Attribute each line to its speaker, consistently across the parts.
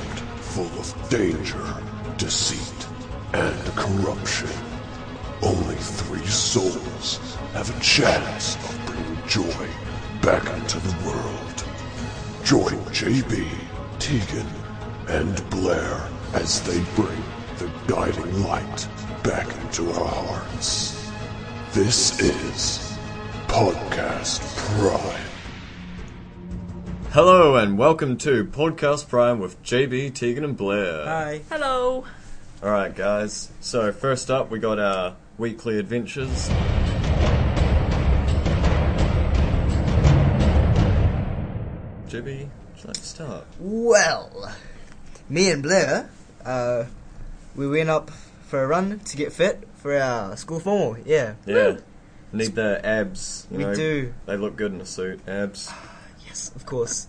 Speaker 1: full of danger, deceit, and corruption. Only three souls have a chance of bringing joy back into the world. Join JB, Tegan, and Blair as they bring the guiding light back into our hearts. This is Podcast Prime.
Speaker 2: Hello and welcome to Podcast Prime with JB, Tegan, and Blair.
Speaker 3: Hi.
Speaker 4: Hello.
Speaker 2: Alright, guys, so first up we got our weekly adventures. JB, would you like to start?
Speaker 3: Well, me and Blair, uh, we went up for a run to get fit for our school formal. Yeah.
Speaker 2: Yeah. Need their abs. You
Speaker 3: We
Speaker 2: know,
Speaker 3: do.
Speaker 2: They look good in a suit. Abs.
Speaker 3: Yes, of course.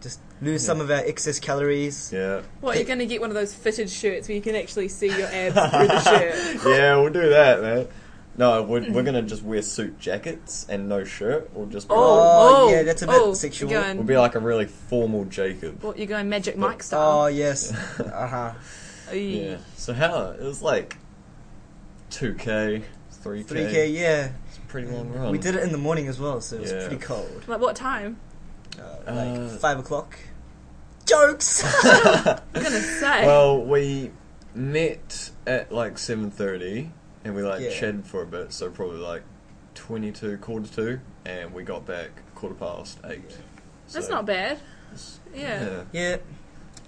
Speaker 3: Just lose some of our excess calories.
Speaker 2: Yeah.
Speaker 4: What, you're going to get one of those fitted shirts where you can actually see your abs through the shirt.
Speaker 2: Yeah, we'll do that, man. No, we're, we're gonna just wear suit jackets and no shirt. We'll just be like,
Speaker 3: Oh, yeah, that's a bit sexual.
Speaker 4: You're
Speaker 2: we'll
Speaker 4: going,
Speaker 2: be like a really formal Jacob.
Speaker 4: what, you're going Magic Mike
Speaker 3: Oh
Speaker 4: style.
Speaker 3: yes. uh huh.
Speaker 4: Eey.
Speaker 2: Yeah. So how it was like two k, three k,
Speaker 3: Three k. Yeah.
Speaker 2: It's a pretty long run.
Speaker 3: We did it in the morning as well, so it was
Speaker 2: Yeah.
Speaker 3: pretty cold.
Speaker 4: Like, what time?
Speaker 3: Uh,
Speaker 2: Uh,
Speaker 3: like five o'clock. Jokes.
Speaker 4: I'm going to say.
Speaker 2: Well, we met at like seven thirty, and we like
Speaker 3: Yeah.
Speaker 2: chatted for a bit. So probably like twenty two, quarter two, and we got back quarter past eight.
Speaker 4: that's
Speaker 2: So-
Speaker 4: not bad.
Speaker 2: it's-
Speaker 4: Yeah.
Speaker 3: yeah.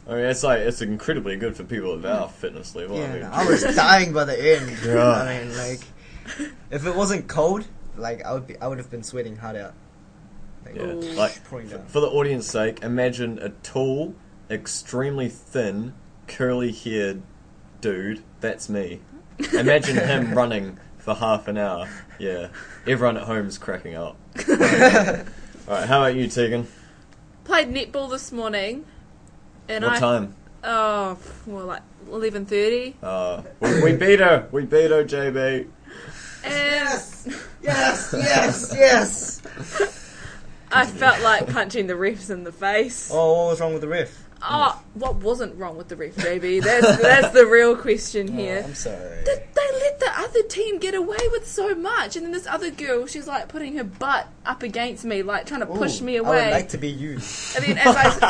Speaker 2: I mean, it's like it's incredibly good for people of our fitness level. I
Speaker 3: Yeah.
Speaker 2: mean,
Speaker 3: no, I was dying by the end.
Speaker 2: Yeah.
Speaker 3: I mean, like, if it wasn't cold, like I would be, I would have been sweating hard out. Like,
Speaker 2: Yeah.
Speaker 4: Ooh.
Speaker 2: Like
Speaker 3: pouring down.
Speaker 2: for the audience's sake, imagine a tall, extremely thin, curly-haired dude. That's me. Imagine him running for half an hour. Yeah, everyone at home's cracking up. All right, how about you, Tegan?
Speaker 4: Played netball this morning. And
Speaker 2: what
Speaker 4: I,
Speaker 2: time?
Speaker 4: Oh, well, like 11.30.
Speaker 3: Oh.
Speaker 2: Uh, we, we beat her. We beat her, JB.
Speaker 4: And
Speaker 3: Yes, yes, yes.
Speaker 4: I felt like punching the refs in the face.
Speaker 3: Oh, what was wrong with the riff?
Speaker 4: Oh, what wasn't wrong with the ref, JB? That's, that's the real
Speaker 3: Oh,
Speaker 4: question here.
Speaker 3: I'm sorry.
Speaker 4: They they let the other team get away with so much, and then this other girl, she's like putting her butt up against me, like trying to push
Speaker 3: Ooh,
Speaker 4: me
Speaker 3: I
Speaker 4: away.
Speaker 3: would like to be you. Excuse
Speaker 4: and then, as I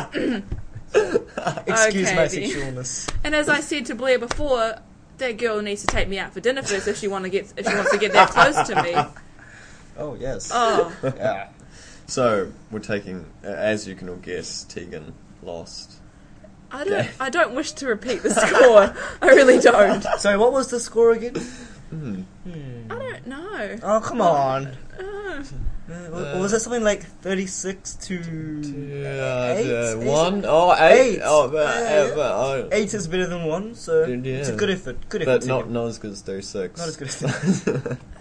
Speaker 3: my
Speaker 4: then.
Speaker 3: sexualness.
Speaker 4: and as I said to Blair before, that girl needs to take me out for dinner first if she want to get if she wants to get that close to me.
Speaker 3: Oh yes.
Speaker 4: Oh,
Speaker 3: Yeah.
Speaker 2: So we're taking, uh, as you can all guess, Tegan lost.
Speaker 4: I don't I don't wish to repeat the score. I really don't.
Speaker 3: So what was the score again?
Speaker 4: I don't know.
Speaker 3: Oh come on.
Speaker 4: Uh,
Speaker 3: Uh, wa- was that something like thirty-six to
Speaker 2: Yeah,
Speaker 3: Eight?
Speaker 2: one. Oh,
Speaker 3: Eight.
Speaker 2: eight. Oh, but,
Speaker 3: Yeah,
Speaker 2: uh, but, oh.
Speaker 3: eight is better than one? So
Speaker 2: Dude,
Speaker 3: it's a
Speaker 2: yeah.
Speaker 3: good effort. Good effort.
Speaker 2: But not,
Speaker 3: Tegan.
Speaker 2: not as good as 36.
Speaker 3: Not as good as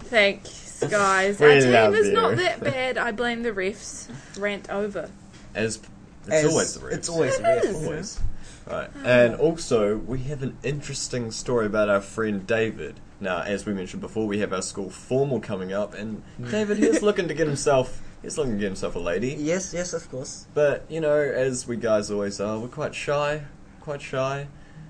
Speaker 4: thanks, guys.
Speaker 2: We
Speaker 4: Our team
Speaker 2: love
Speaker 4: is
Speaker 2: you.
Speaker 4: not that bad. I blame the refs. Rant over.
Speaker 2: As, it's
Speaker 3: As-
Speaker 2: always the roots.
Speaker 3: It's always Hmm. the riff.
Speaker 2: Always. Right. And also, we have an interesting story about our friend David. Now, as we mentioned before, we have our school formal coming up, and
Speaker 3: Hmm.
Speaker 2: David is looking to get himself. He's looking to get himself a lady.
Speaker 3: Yes, yes, of course.
Speaker 2: But, you know, as we guys always are, we're quite shy. Quite shy.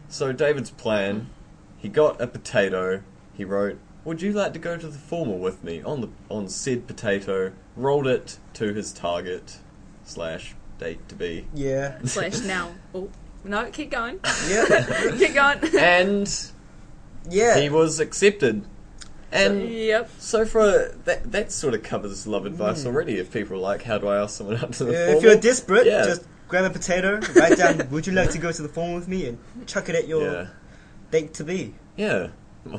Speaker 2: So, David's plan he got a potato. He wrote, Would you like to go to the formal with me? On, the, on said potato, rolled it to his target, slash, date to be.
Speaker 3: Yeah.
Speaker 4: Slash now. Oh no, keep going.
Speaker 3: Yeah.
Speaker 4: keep going.
Speaker 2: and
Speaker 3: Yeah.
Speaker 2: he was accepted. And
Speaker 4: yep.
Speaker 2: so for that, that sort of covers love advice already. If people are like, how do I ask someone out to the
Speaker 3: Hmm. Yeah, Uh, if
Speaker 2: formal?"
Speaker 3: you're desperate,
Speaker 2: Yeah.
Speaker 3: just grab a potato, write down, would you like to go to the form with me, and chuck it at your
Speaker 2: yeah,
Speaker 3: date to be.
Speaker 2: yeah.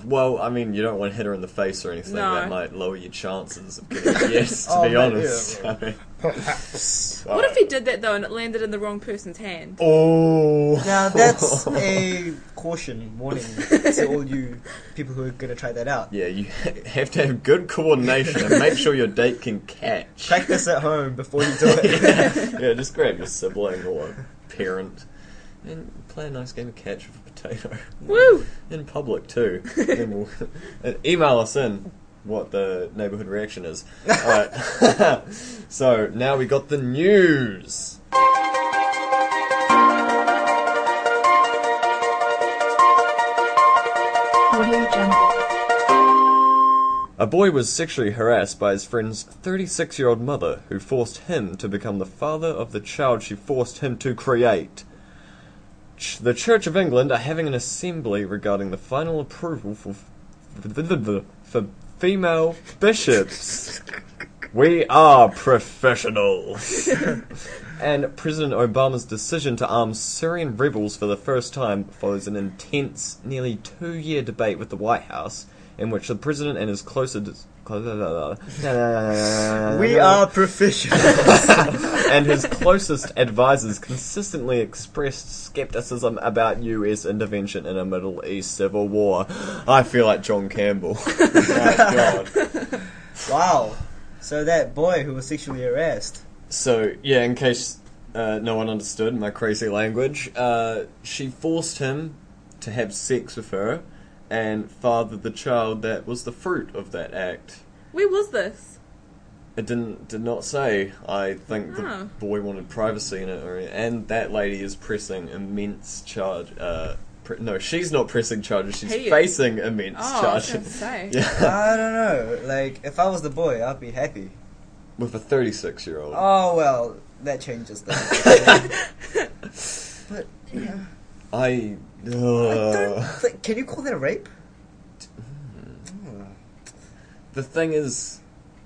Speaker 2: Well, I mean, you don't want to hit her in the face or anything.
Speaker 4: No.
Speaker 2: That might lower your chances of getting a yes. To
Speaker 3: Oh,
Speaker 2: be
Speaker 3: mate,
Speaker 2: honest.
Speaker 3: yeah,
Speaker 2: Perhaps.
Speaker 4: What if he did that though and it landed in the wrong person's hand?
Speaker 2: Oh.
Speaker 3: Now, that's a caution warning to all you people who are going to try that out.
Speaker 2: Yeah, you have to have good coordination and make sure your date can catch.
Speaker 3: Practice at home before you do it.
Speaker 2: yeah, just grab your sibling or a parent and play a nice game of catch with a potato.
Speaker 4: Woo!
Speaker 2: In public, too. Then we'll- and email us in what the neighbourhood reaction is. Alright. so, now we got the news. A boy was sexually harassed by his friend's 36 year old mother, who forced him to become the father of the child she forced him to create. Ch- the Church of England are having an assembly regarding the final approval for, f- for female bishops. We are professionals. and President Obama's decision to arm Syrian rebels for the first time follows an intense, nearly two year debate with the White House, in which the president and his closest.
Speaker 3: We
Speaker 2: we
Speaker 3: are professional.
Speaker 2: and his closest advisors consistently expressed skepticism about U.S. intervention in a Middle East civil war. I feel like John Campbell. My God.
Speaker 3: wow. So that boy who was sexually harassed.
Speaker 2: So yeah, in case uh, no one understood my crazy language, uh, she forced him to have sex with her and fathered the child that was the fruit of that act.
Speaker 4: Where was this?
Speaker 2: It didn't did not say. I think
Speaker 4: Oh.
Speaker 2: the boy wanted privacy in it, or, and that lady is pressing immense charge. Uh, pre- no, she's not pressing charges. She's
Speaker 4: He is.
Speaker 2: facing immense
Speaker 4: Oh, I was
Speaker 2: charges.
Speaker 4: going to say.
Speaker 2: yeah,
Speaker 3: I don't know. Like, if I was the boy, I'd be happy.
Speaker 2: with a thirty-six-year-old.
Speaker 3: Oh, well, that changes things. but, you know,
Speaker 2: I.
Speaker 3: I don't
Speaker 2: ugh.
Speaker 3: think, can you call that a rape?
Speaker 2: The thing is,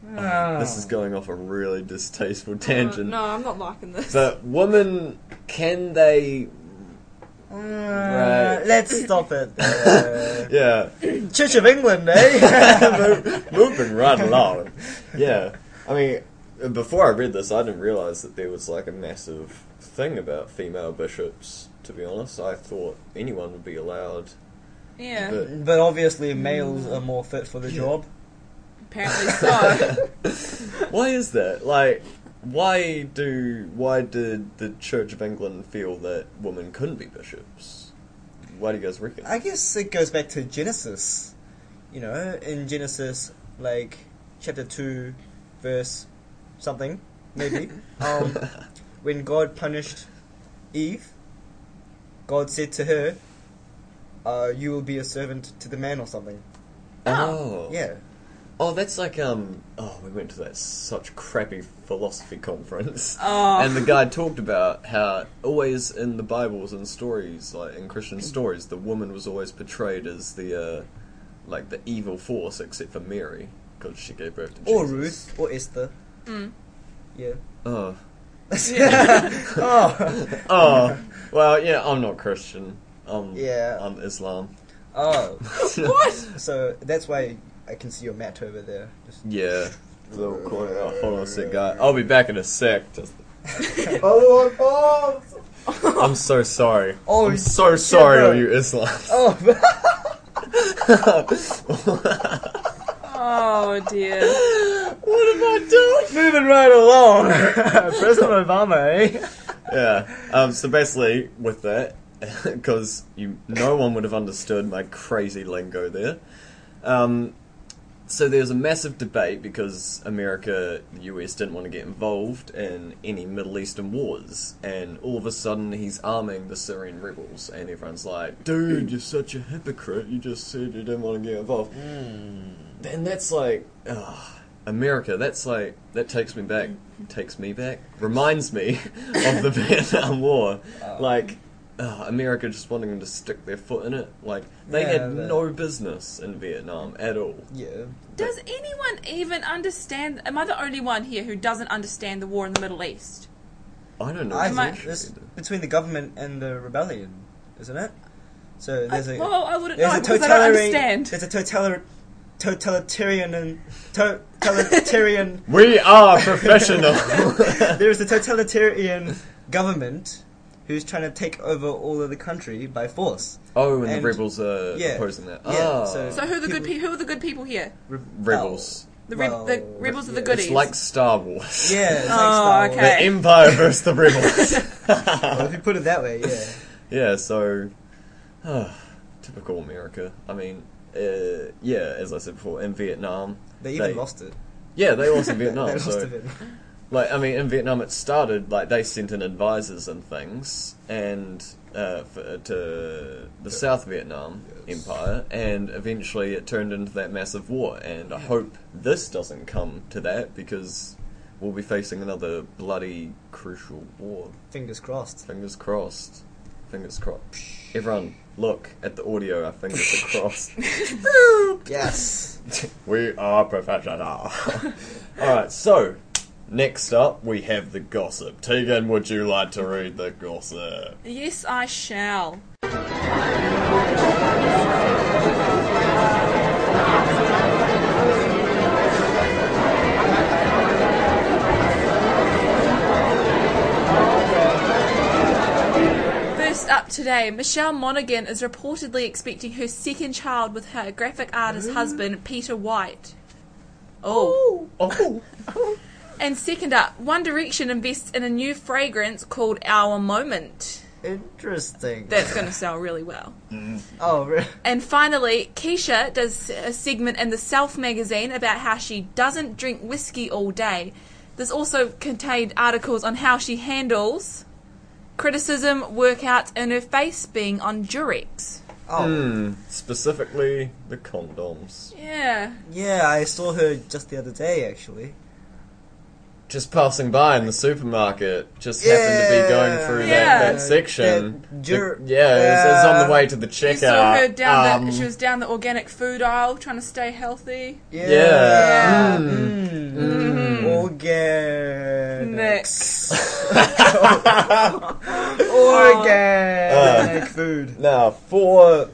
Speaker 2: This is going off a really distasteful tangent.
Speaker 4: Oh. No, I'm not liking this.
Speaker 2: But women, can they?
Speaker 3: Uh,
Speaker 2: Right.
Speaker 3: Let's stop it. Uh,
Speaker 2: Yeah,
Speaker 3: Church of England, eh?
Speaker 2: moving right along. Yeah, I mean, before I read this, I didn't realize that there was like a massive thing about female bishops. To be honest, I thought anyone would be allowed.
Speaker 4: yeah,
Speaker 2: But-
Speaker 3: but obviously, males are more fit for the job.
Speaker 4: apparently so.
Speaker 2: Why is that? Like, why do why did the Church of England feel that women couldn't be bishops? Why do you guys reckon?
Speaker 3: I guess it goes back to Genesis. You know, in Genesis, like chapter two, verse something, maybe. um, when God punished Eve, God said to her, uh, "You will be a servant to the man," or something.
Speaker 2: oh,
Speaker 3: Yeah.
Speaker 2: Oh, that's like um. Oh, we went to that such crappy philosophy conference,
Speaker 4: Oh.
Speaker 2: and the guy talked about how always in the Bibles and stories, like in Christian stories, the woman was always portrayed as the, uh, like the evil force, except for Mary, because she gave birth to
Speaker 3: Or
Speaker 2: Jesus.
Speaker 3: Oh, Ruth, or Esther.
Speaker 4: Mm.
Speaker 3: Yeah.
Speaker 2: Oh,
Speaker 3: oh.
Speaker 2: oh. Well, yeah, I'm not Christian. Um,
Speaker 3: Yeah.
Speaker 2: I'm Islam.
Speaker 3: Oh.
Speaker 4: what?
Speaker 3: So that's why I can see your mat over there. Just
Speaker 2: Yeah. Little corner. Oh, hold on a sec, guy. I'll be back in a sec. Just-
Speaker 3: oh, oh,
Speaker 2: I'm so sorry.
Speaker 3: Oh,
Speaker 2: I'm so sorry,
Speaker 3: bro.
Speaker 2: all you Islams.
Speaker 3: oh.
Speaker 4: Oh dear.
Speaker 2: What am I doing?
Speaker 3: Moving right along. President Obama, eh?
Speaker 2: Yeah. Um, so basically, with that, because you no one would have understood my crazy lingo there. Um, so there's a massive debate because America, the US, didn't want to get involved in any Middle Eastern wars, and all of a sudden he's arming the Syrian rebels, and everyone's like, "Dude, you're such a hypocrite! You just said you didn't want to get involved."
Speaker 3: Hmm.
Speaker 2: And that's like, ugh, America. That's like that takes me back. Takes me back. Reminds me of the Vietnam War.
Speaker 3: Um.
Speaker 2: Like. ugh, America just wanting them to stick their foot in it. Like, they
Speaker 3: Yeah,
Speaker 2: had
Speaker 3: but-
Speaker 2: no business in Vietnam at all.
Speaker 3: Yeah.
Speaker 4: Does anyone even understand? Am I the only one here who doesn't understand the war in the Middle East?
Speaker 2: I don't know.
Speaker 3: I
Speaker 2: if
Speaker 4: might-
Speaker 3: think
Speaker 2: they
Speaker 3: this
Speaker 2: should.
Speaker 3: between the government and the rebellion, isn't it? So there's
Speaker 4: I,
Speaker 3: a
Speaker 4: well, I wouldn't know
Speaker 3: there's a
Speaker 4: because I don't
Speaker 3: totalitarian
Speaker 4: understand.
Speaker 3: there's a totalitarian totalitarian and totalitarian
Speaker 2: We are professional.
Speaker 3: there is a totalitarian government who's trying to take over all of the country by force.
Speaker 2: oh, and,
Speaker 3: And-
Speaker 2: the rebels are
Speaker 3: yeah,
Speaker 2: opposing that.
Speaker 3: yeah,
Speaker 2: ah,
Speaker 3: so-
Speaker 4: So who are the good
Speaker 3: People-
Speaker 4: people? Who are the good people here?
Speaker 3: Re-
Speaker 2: rebels.
Speaker 4: The, re-
Speaker 3: Well,
Speaker 4: the rebels are the
Speaker 3: yeah.
Speaker 4: goodies.
Speaker 2: It's like Star Wars.
Speaker 3: Yeah. It's like
Speaker 4: Oh,
Speaker 3: Star Wars.
Speaker 4: okay.
Speaker 2: The Empire versus the rebels.
Speaker 3: Well, if you put it that way, yeah.
Speaker 2: yeah, so ah, typical America. I mean, uh, yeah, as I said before, in Vietnam,
Speaker 3: They even lost it.
Speaker 2: Yeah, they lost in
Speaker 3: they
Speaker 2: Vietnam.
Speaker 3: lost
Speaker 2: so
Speaker 3: it.
Speaker 2: Like, I mean, in Vietnam it started, like, they sent in advisors and things, and uh, for, to the South Vietnam
Speaker 5: Yes.
Speaker 2: Empire, and eventually it turned into that massive war. And I hope this doesn't come to that because we'll be facing another bloody crucial war.
Speaker 3: Fingers crossed.
Speaker 2: Fingers crossed. Fingers crossed. Everyone, look at the audio. Our fingers are crossed.
Speaker 3: Yes.
Speaker 2: We are professional. Alright, so next up we have the gossip. Tegan, would you like to read the gossip?
Speaker 4: Yes, I shall. First up today, Michelle Monaghan is reportedly expecting her second child with her graphic artist husband, Peter White. Oh.
Speaker 2: Oh,
Speaker 4: And second up, One Direction invests in a new fragrance called Our Moment.
Speaker 3: Interesting.
Speaker 4: That's going to sell really well.
Speaker 3: oh, re-
Speaker 4: And finally, Keisha does a segment in the Self magazine about how she doesn't drink whiskey all day. This also contained articles on how she handles criticism, workouts, and her face being on Durex.
Speaker 3: oh.
Speaker 2: specifically the condoms.
Speaker 4: Yeah.
Speaker 3: Yeah, I saw her just the other day, actually.
Speaker 2: Just passing by in the supermarket, just happened to be going through
Speaker 4: Yeah.
Speaker 2: that, that section.
Speaker 3: That dur-
Speaker 2: The- yeah, it was, it was on the way to the
Speaker 4: You
Speaker 2: checkout.
Speaker 4: saw her down
Speaker 2: Um,
Speaker 4: the, she was down the organic food aisle trying to stay healthy.
Speaker 3: Yeah.
Speaker 2: Yeah.
Speaker 3: Mm.
Speaker 4: Mm-hmm.
Speaker 3: Organic.
Speaker 4: Oh.
Speaker 3: Organic food.
Speaker 2: Now, for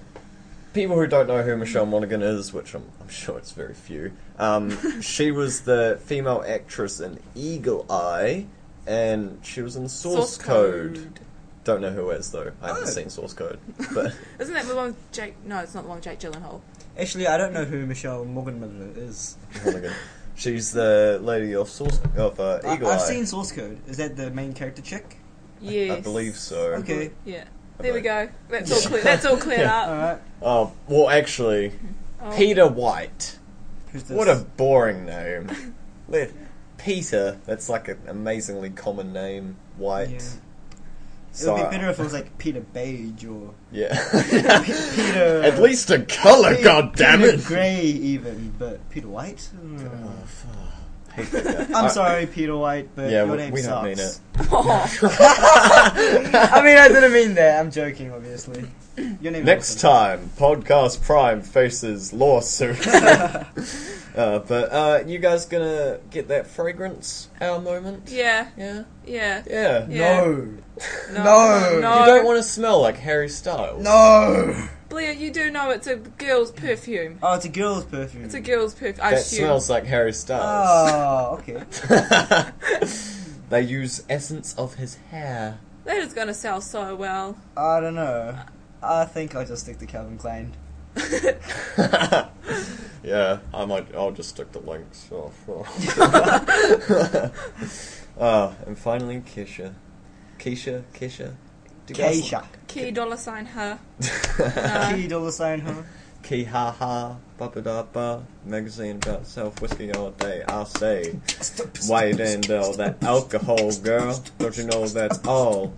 Speaker 2: people who don't know who Michelle Monaghan is, which I'm, I'm sure it's very few, um, she was the female actress in Eagle Eye, and she was in Source, Code. Oh. Don't know who it is though. I haven't seen Source Code, but
Speaker 4: Isn't that the one with Jake? No, it's not the one with Jake Gyllenhaal.
Speaker 3: Actually, I don't know who Michelle Morgan is.
Speaker 2: Monaghan. She's the lady of Source of uh,
Speaker 3: I-
Speaker 2: Eagle
Speaker 3: I've
Speaker 2: Eye.
Speaker 3: seen Source Code. Is that the main character chick?
Speaker 4: Yes.
Speaker 2: I believe so.
Speaker 3: Okay.
Speaker 4: Yeah. There we
Speaker 2: believe-
Speaker 4: go. That's all clear. That's all cleared up. Oh,
Speaker 3: Alright.
Speaker 2: Oh well, actually, Peter White.
Speaker 3: Who's this?
Speaker 2: What a boring name. Let- Peter. That's like an amazingly common name. White.
Speaker 3: Yeah. It
Speaker 2: So
Speaker 3: would
Speaker 2: I-
Speaker 3: be better if it was like Peter Beige or
Speaker 2: Yeah.
Speaker 3: Peter.
Speaker 2: At least a colour,
Speaker 3: Pe- Peter
Speaker 2: goddammit!
Speaker 3: Grey, even, but Peter White. Mm.
Speaker 2: Yeah,
Speaker 3: I'm sorry, Peter White, but
Speaker 2: yeah,
Speaker 3: your
Speaker 2: we,
Speaker 3: name
Speaker 2: we
Speaker 3: sucks.
Speaker 2: don't mean it. Oh,
Speaker 3: I mean, I didn't mean that. I'm joking, obviously. Your name.
Speaker 2: Next time, Podcast Prime faces lawsuit. uh, but uh, you guys gonna get that fragrance our moment?
Speaker 4: Yeah.
Speaker 2: Yeah.
Speaker 4: Yeah.
Speaker 2: Yeah.
Speaker 4: Yeah.
Speaker 3: No.
Speaker 4: No.
Speaker 3: No.
Speaker 4: No.
Speaker 2: You don't want to smell like Harry Styles.
Speaker 3: No.
Speaker 4: Blair, you do know it's a girl's perfume.
Speaker 3: Oh, it's a girl's perfume.
Speaker 4: It's a girl's perfume. I
Speaker 2: That
Speaker 4: assume.
Speaker 2: smells like Harry Styles.
Speaker 3: Oh, okay.
Speaker 2: they use essence of his hair.
Speaker 4: That is going to sell so well.
Speaker 3: I don't know. I think I'll just stick to Calvin Klein.
Speaker 2: yeah, I might. I'll just stick to links. Oh, sure. uh, and finally, Keisha. Keisha, Keisha, Do you guys
Speaker 3: Keisha.
Speaker 4: Key dollar sign her.
Speaker 3: Key dollar sign, huh?
Speaker 2: like Key ha ha, ba ba da ba. Magazine about self whiskey all day. I say, white and all that alcohol, girl. Don't you know that's all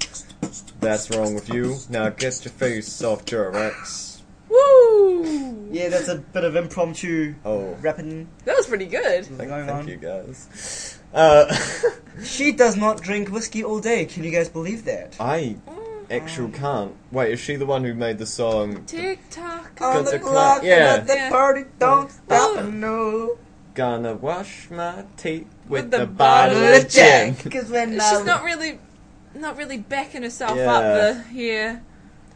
Speaker 2: that's wrong with you? Now get your face off your ex.
Speaker 4: Woo!
Speaker 3: Yeah, that's a bit of impromptu
Speaker 2: Oh,
Speaker 3: rapping
Speaker 4: That was pretty good.
Speaker 2: thank,
Speaker 3: going on.
Speaker 2: thank you guys. Uh.
Speaker 3: She does not drink whiskey all day. Can you guys believe that?
Speaker 2: I actual can't. Wait, is she the one who made the song
Speaker 4: Tick tock.
Speaker 2: On the clock, yeah. let
Speaker 4: the
Speaker 3: party don't
Speaker 4: stop,
Speaker 3: no.
Speaker 2: Gonna wash my teeth with,
Speaker 4: With
Speaker 2: the,
Speaker 4: the
Speaker 2: bottle
Speaker 4: bottle
Speaker 2: of
Speaker 4: of
Speaker 2: gin?
Speaker 3: Because when
Speaker 4: She's not really, not really backing herself up.
Speaker 2: Yeah.
Speaker 4: The yeah.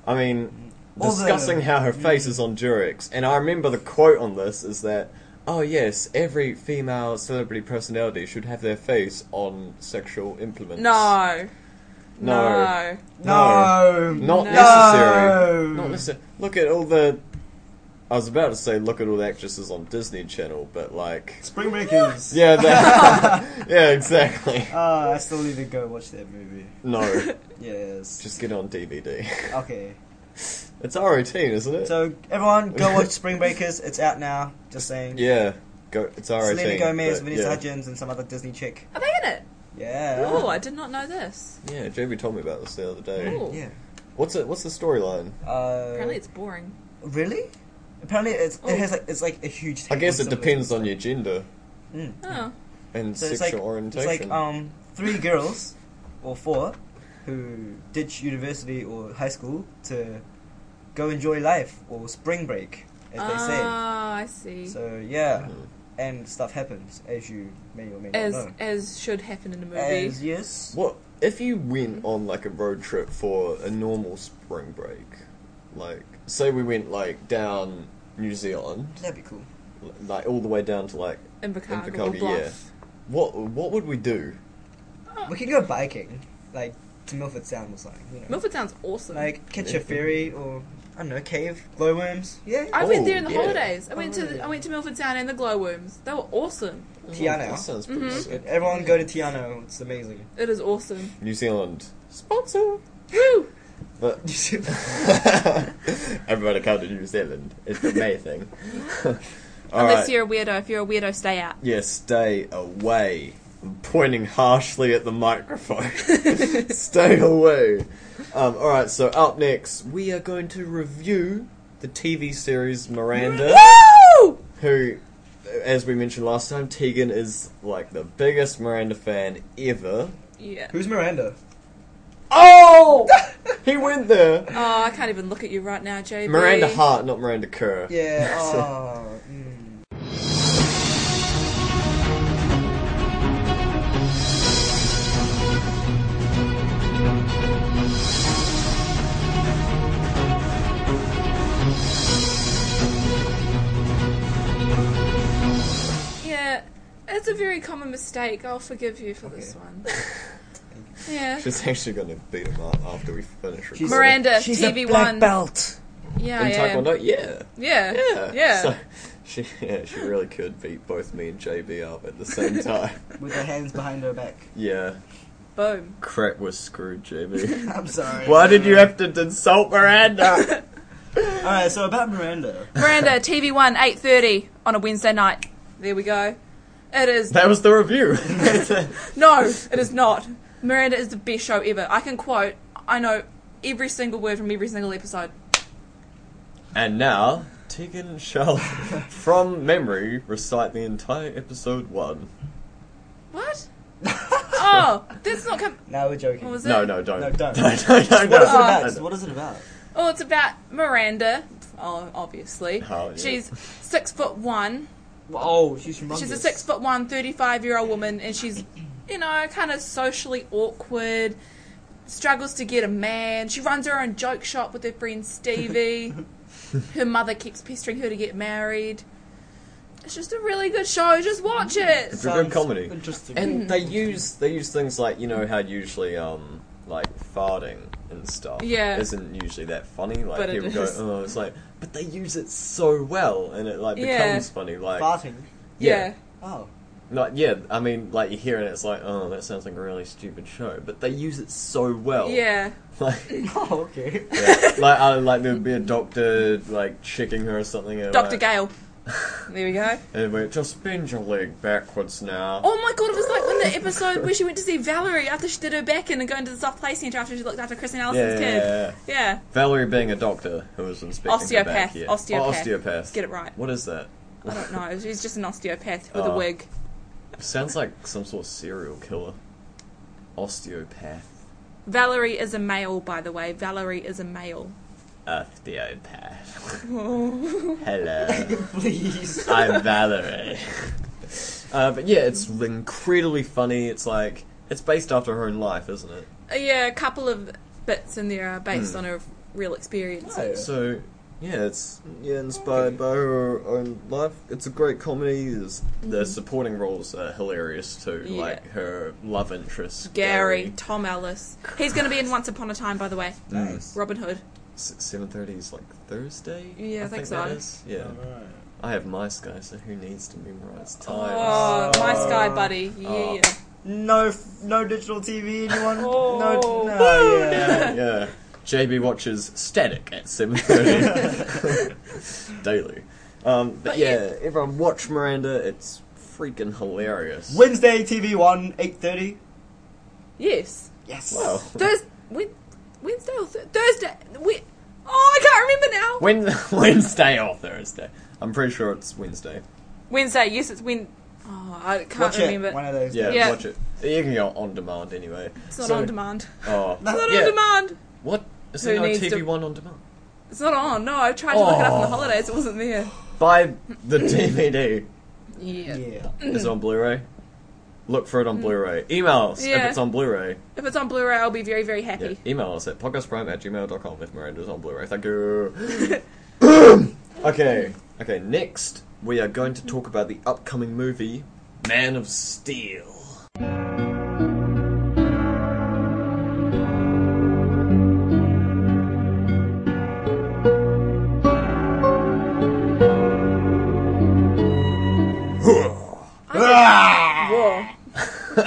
Speaker 2: I mean,
Speaker 3: All the-
Speaker 2: discussing how her face is on Durex, and I remember the quote on this is that, oh yes, every female celebrity personality should have their face on sexual implements.
Speaker 4: No.
Speaker 2: No.
Speaker 3: no,
Speaker 4: No.
Speaker 2: Not
Speaker 4: No.
Speaker 2: necessary. Not necessary. Look at all the. I was about to say, look at all the actresses on Disney Channel, but like.
Speaker 3: Spring Breakers.
Speaker 2: Yeah, that, yeah, exactly.
Speaker 3: Ah, I still need to go watch that movie.
Speaker 2: No,
Speaker 3: Yes.
Speaker 2: just get on DVD.
Speaker 3: okay.
Speaker 2: It's R18, isn't it?
Speaker 3: So everyone, go watch Spring Breakers. It's out now. Just saying.
Speaker 2: yeah, go. It's R18.
Speaker 3: Selena Gomez,
Speaker 2: but
Speaker 3: Vanessa
Speaker 2: yeah.
Speaker 3: Hudgens, and some other Disney chick.
Speaker 4: Are they in it?
Speaker 3: Yeah.
Speaker 4: Oh, I did not know this.
Speaker 2: Yeah, JB told me about this the other day.
Speaker 4: Ooh.
Speaker 3: Yeah.
Speaker 2: What's it? What's the storyline?
Speaker 3: Uh,
Speaker 4: Apparently, it's boring.
Speaker 3: Really? Apparently, it's,
Speaker 4: Oh.
Speaker 3: it has like it's like a huge.
Speaker 2: I guess it
Speaker 3: table of
Speaker 2: depends on your gender
Speaker 3: symbols. Mm.
Speaker 4: Oh,
Speaker 2: and
Speaker 3: So it's
Speaker 2: sexual
Speaker 3: like
Speaker 2: orientation.
Speaker 3: it's like um three girls or four who ditch university or high school to go enjoy life or spring break, as
Speaker 4: oh,
Speaker 3: they say.
Speaker 4: I see.
Speaker 3: So yeah,
Speaker 2: Mhm.
Speaker 3: and stuff happens as you may or may not
Speaker 4: as
Speaker 3: know.
Speaker 4: as should happen in a movie.
Speaker 3: As yes,
Speaker 2: What if you went on like a road trip for a normal spring break? Like, say we went like down New Zealand,
Speaker 3: that'd be cool.
Speaker 2: l- like all the way down to like
Speaker 4: Invercargill,
Speaker 2: Invercargill,
Speaker 4: Bluff. Oh,
Speaker 2: what? What would we do?
Speaker 3: We could go biking, like to Milford Sound or something. You know,
Speaker 4: Milford sounds awesome.
Speaker 3: like catch a ferry or I don't know, cave glowworms. Yeah,
Speaker 4: I went there in the
Speaker 2: Oh, yeah.
Speaker 4: holidays. I went to the,
Speaker 3: Oh.
Speaker 4: I went to Milford Sound and the glowworms. They were awesome.
Speaker 3: Tiana.
Speaker 2: That sounds pretty
Speaker 3: Mm-hmm.
Speaker 4: Mhm.
Speaker 2: sick.
Speaker 3: everyone go to Tiano. It's amazing.
Speaker 4: It is awesome.
Speaker 2: New Zealand.
Speaker 4: Sponsor. Woo!
Speaker 2: But everybody come to New Zealand. It's the May thing. Alright.
Speaker 4: Unless you're a weirdo. If you're a weirdo, stay out.
Speaker 2: Yeah, stay away. I'm pointing harshly at the microphone. stay away. Um, Alright, so up next, we are going to review the TV series Miranda,
Speaker 4: Woo!
Speaker 2: who, as we mentioned last time, Tegan is like the biggest Miranda fan ever.
Speaker 4: Yeah.
Speaker 3: Who's Miranda?
Speaker 2: Oh! he went there.
Speaker 4: Oh, I can't even look at you right now, JB.
Speaker 2: Miranda Hart, not Miranda Kerr.
Speaker 3: Yeah.
Speaker 2: So-
Speaker 3: Oh, mm.
Speaker 4: Yeah, it's a very common mistake. I'll forgive you for this
Speaker 3: Okay.
Speaker 4: one. yeah.
Speaker 2: She's actually going to beat him up after we finish recording.
Speaker 4: Miranda,
Speaker 3: She's a
Speaker 4: TV
Speaker 3: black
Speaker 4: one.
Speaker 3: belt.
Speaker 4: yeah,
Speaker 2: in
Speaker 4: yeah.
Speaker 2: Taekwondo? Yeah.
Speaker 4: Yeah.
Speaker 2: Yeah.
Speaker 4: Yeah.
Speaker 2: So she, yeah, she really could beat both me and JB up at the same time.
Speaker 3: With her hands behind her back.
Speaker 2: yeah.
Speaker 4: Boom.
Speaker 2: Crap, we're screwed, JB.
Speaker 3: I'm sorry.
Speaker 2: Why did you have to insult Miranda?
Speaker 3: All right. So about Miranda.
Speaker 4: Miranda, TV One, eight thirty on a Wednesday night. There we go. It is
Speaker 2: that was the review.
Speaker 4: no, it is not. Miranda is the best show ever. I can quote. I know every single word from every single episode.
Speaker 2: and now, Tegan shall, from memory, recite the entire episode one.
Speaker 4: What? oh, that's not com-
Speaker 3: No, we're joking. Ah!
Speaker 4: What was it?
Speaker 2: No, no, don't.
Speaker 3: No, don't.
Speaker 2: No, no, no,
Speaker 3: What is it
Speaker 4: Oh.
Speaker 3: about?
Speaker 2: no.
Speaker 3: Just What is it about?
Speaker 4: Oh, it's about Miranda. Oh, obviously.
Speaker 2: Oh, yeah.
Speaker 4: She's six foot one.
Speaker 3: Oh, she's humongous.
Speaker 4: She's a six foot one, 35 year old woman, and she's, you know, kind of socially awkward, struggles to get a man. She runs her own joke shop with her friend Stevie. her mother keeps pestering her to get married. It's just a really good show. Just watch it.
Speaker 2: a good
Speaker 3: Sounds
Speaker 2: comedy.
Speaker 3: Interesting.
Speaker 4: Hmm.
Speaker 2: And they use they use things like you know how usually um like farting and stuff
Speaker 4: Yeah.
Speaker 2: isn't usually that funny like
Speaker 4: But it
Speaker 2: people go
Speaker 4: is.
Speaker 2: oh it's like but they use it so well and it like
Speaker 4: Yeah.
Speaker 2: becomes funny like
Speaker 3: farting.
Speaker 2: yeah
Speaker 3: Oh.
Speaker 2: like yeah I mean like you hear it it's like oh that sounds like a really stupid show but they use it so well
Speaker 4: Yeah.
Speaker 2: like
Speaker 3: Oh, okay.
Speaker 2: yeah. like I, like there would be a doctor like checking her or something and
Speaker 4: Dr.
Speaker 2: like,
Speaker 4: Gale. There we go.
Speaker 2: and went just bend your leg backwards now
Speaker 4: Oh my god, it was like in the episode where she went to see Valerie after she did her back in and go into the soft play centre after she looked after Chris and
Speaker 2: yeah, yeah,
Speaker 4: Allison's kid.
Speaker 2: yeah.
Speaker 4: Yeah.
Speaker 2: Valerie being a doctor who was inspecting her back
Speaker 4: Osteopath,
Speaker 2: here.
Speaker 4: osteopath.
Speaker 2: Oh, osteopath.
Speaker 4: Get it right.
Speaker 2: What is that?
Speaker 4: I don't know. She's just an osteopath with a
Speaker 2: Oh.
Speaker 4: wig.
Speaker 2: Sounds like some sort of serial killer. Osteopath.
Speaker 4: Valerie is a male, by the way. Valerie is a male.
Speaker 2: Osteopath.
Speaker 4: Oh.
Speaker 2: Hello.
Speaker 3: Please.
Speaker 2: I'm Valerie. uh, but yeah, it's incredibly funny. It's like it's based after her own life, isn't it?
Speaker 4: Uh, yeah, a couple of bits in there are based on her real experiences.
Speaker 3: Nice.
Speaker 2: So yeah, it's yeah inspired by her own life. It's a great comedy. There's, The supporting roles are hilarious too.
Speaker 4: Mm-hmm. Yeah.
Speaker 2: Like her love interest,
Speaker 4: Gary, Tom Ellis. He's going to be in Once Upon a Time, by the way.
Speaker 3: nice.
Speaker 4: Robin Hood.
Speaker 2: Seven thirty is like Thursday.
Speaker 4: Yeah, I think so.
Speaker 2: that is. Yeah,
Speaker 3: Alright.
Speaker 2: I have my sky, so who needs to memorize times?
Speaker 4: Oh, my Sky buddy. Yeah.
Speaker 2: Oh.
Speaker 3: No, f- no digital TV. Anyone?
Speaker 4: Oh.
Speaker 3: No,
Speaker 4: Woo,
Speaker 3: no, yeah.
Speaker 2: Yeah, yeah. JB watches Static at seven thirty daily. Um, but,
Speaker 4: But
Speaker 2: yeah,
Speaker 4: yeah.
Speaker 2: everyone watch Miranda. It's freaking hilarious.
Speaker 3: Wednesday, TV One, eight thirty.
Speaker 4: Yes.
Speaker 5: Yes.
Speaker 2: Wow.
Speaker 4: Thursday. Wednesday or th- Thursday? We- oh, I can't remember now.
Speaker 2: When Wednesday or Thursday? I'm pretty sure it's Wednesday.
Speaker 4: Wednesday. Yes, it's when. Oh, I can't
Speaker 3: Watch
Speaker 4: remember.
Speaker 3: it. One of those.
Speaker 2: Yeah,
Speaker 4: Yeah.
Speaker 2: watch it. You can go on demand anyway.
Speaker 4: It's not
Speaker 2: So-
Speaker 4: on demand.
Speaker 2: Oh,
Speaker 4: It's not
Speaker 2: yeah.
Speaker 4: on demand.
Speaker 2: What? Is
Speaker 4: Who
Speaker 2: there no
Speaker 4: needs to-
Speaker 2: TV One on demand?
Speaker 4: It's not on. No, I tried to look it up on the
Speaker 2: Oh.
Speaker 4: holidays. It wasn't there.
Speaker 2: Buy the DVD.
Speaker 4: Yeah.
Speaker 3: Yeah.
Speaker 2: Is it on Blu-ray? Look for it on Blu-ray. Email us if
Speaker 4: Hmm. Yeah.
Speaker 2: it's on Blu-ray.
Speaker 4: If it's on Blu-ray, I'll be very, very
Speaker 2: Yeah,
Speaker 4: happy.
Speaker 2: email us at podcastprime at gmail.com if Miranda's on Blu-ray. Thank you. okay. Okay, next we are going to talk about the upcoming movie Man of Steel. Ah!
Speaker 4: Whoa.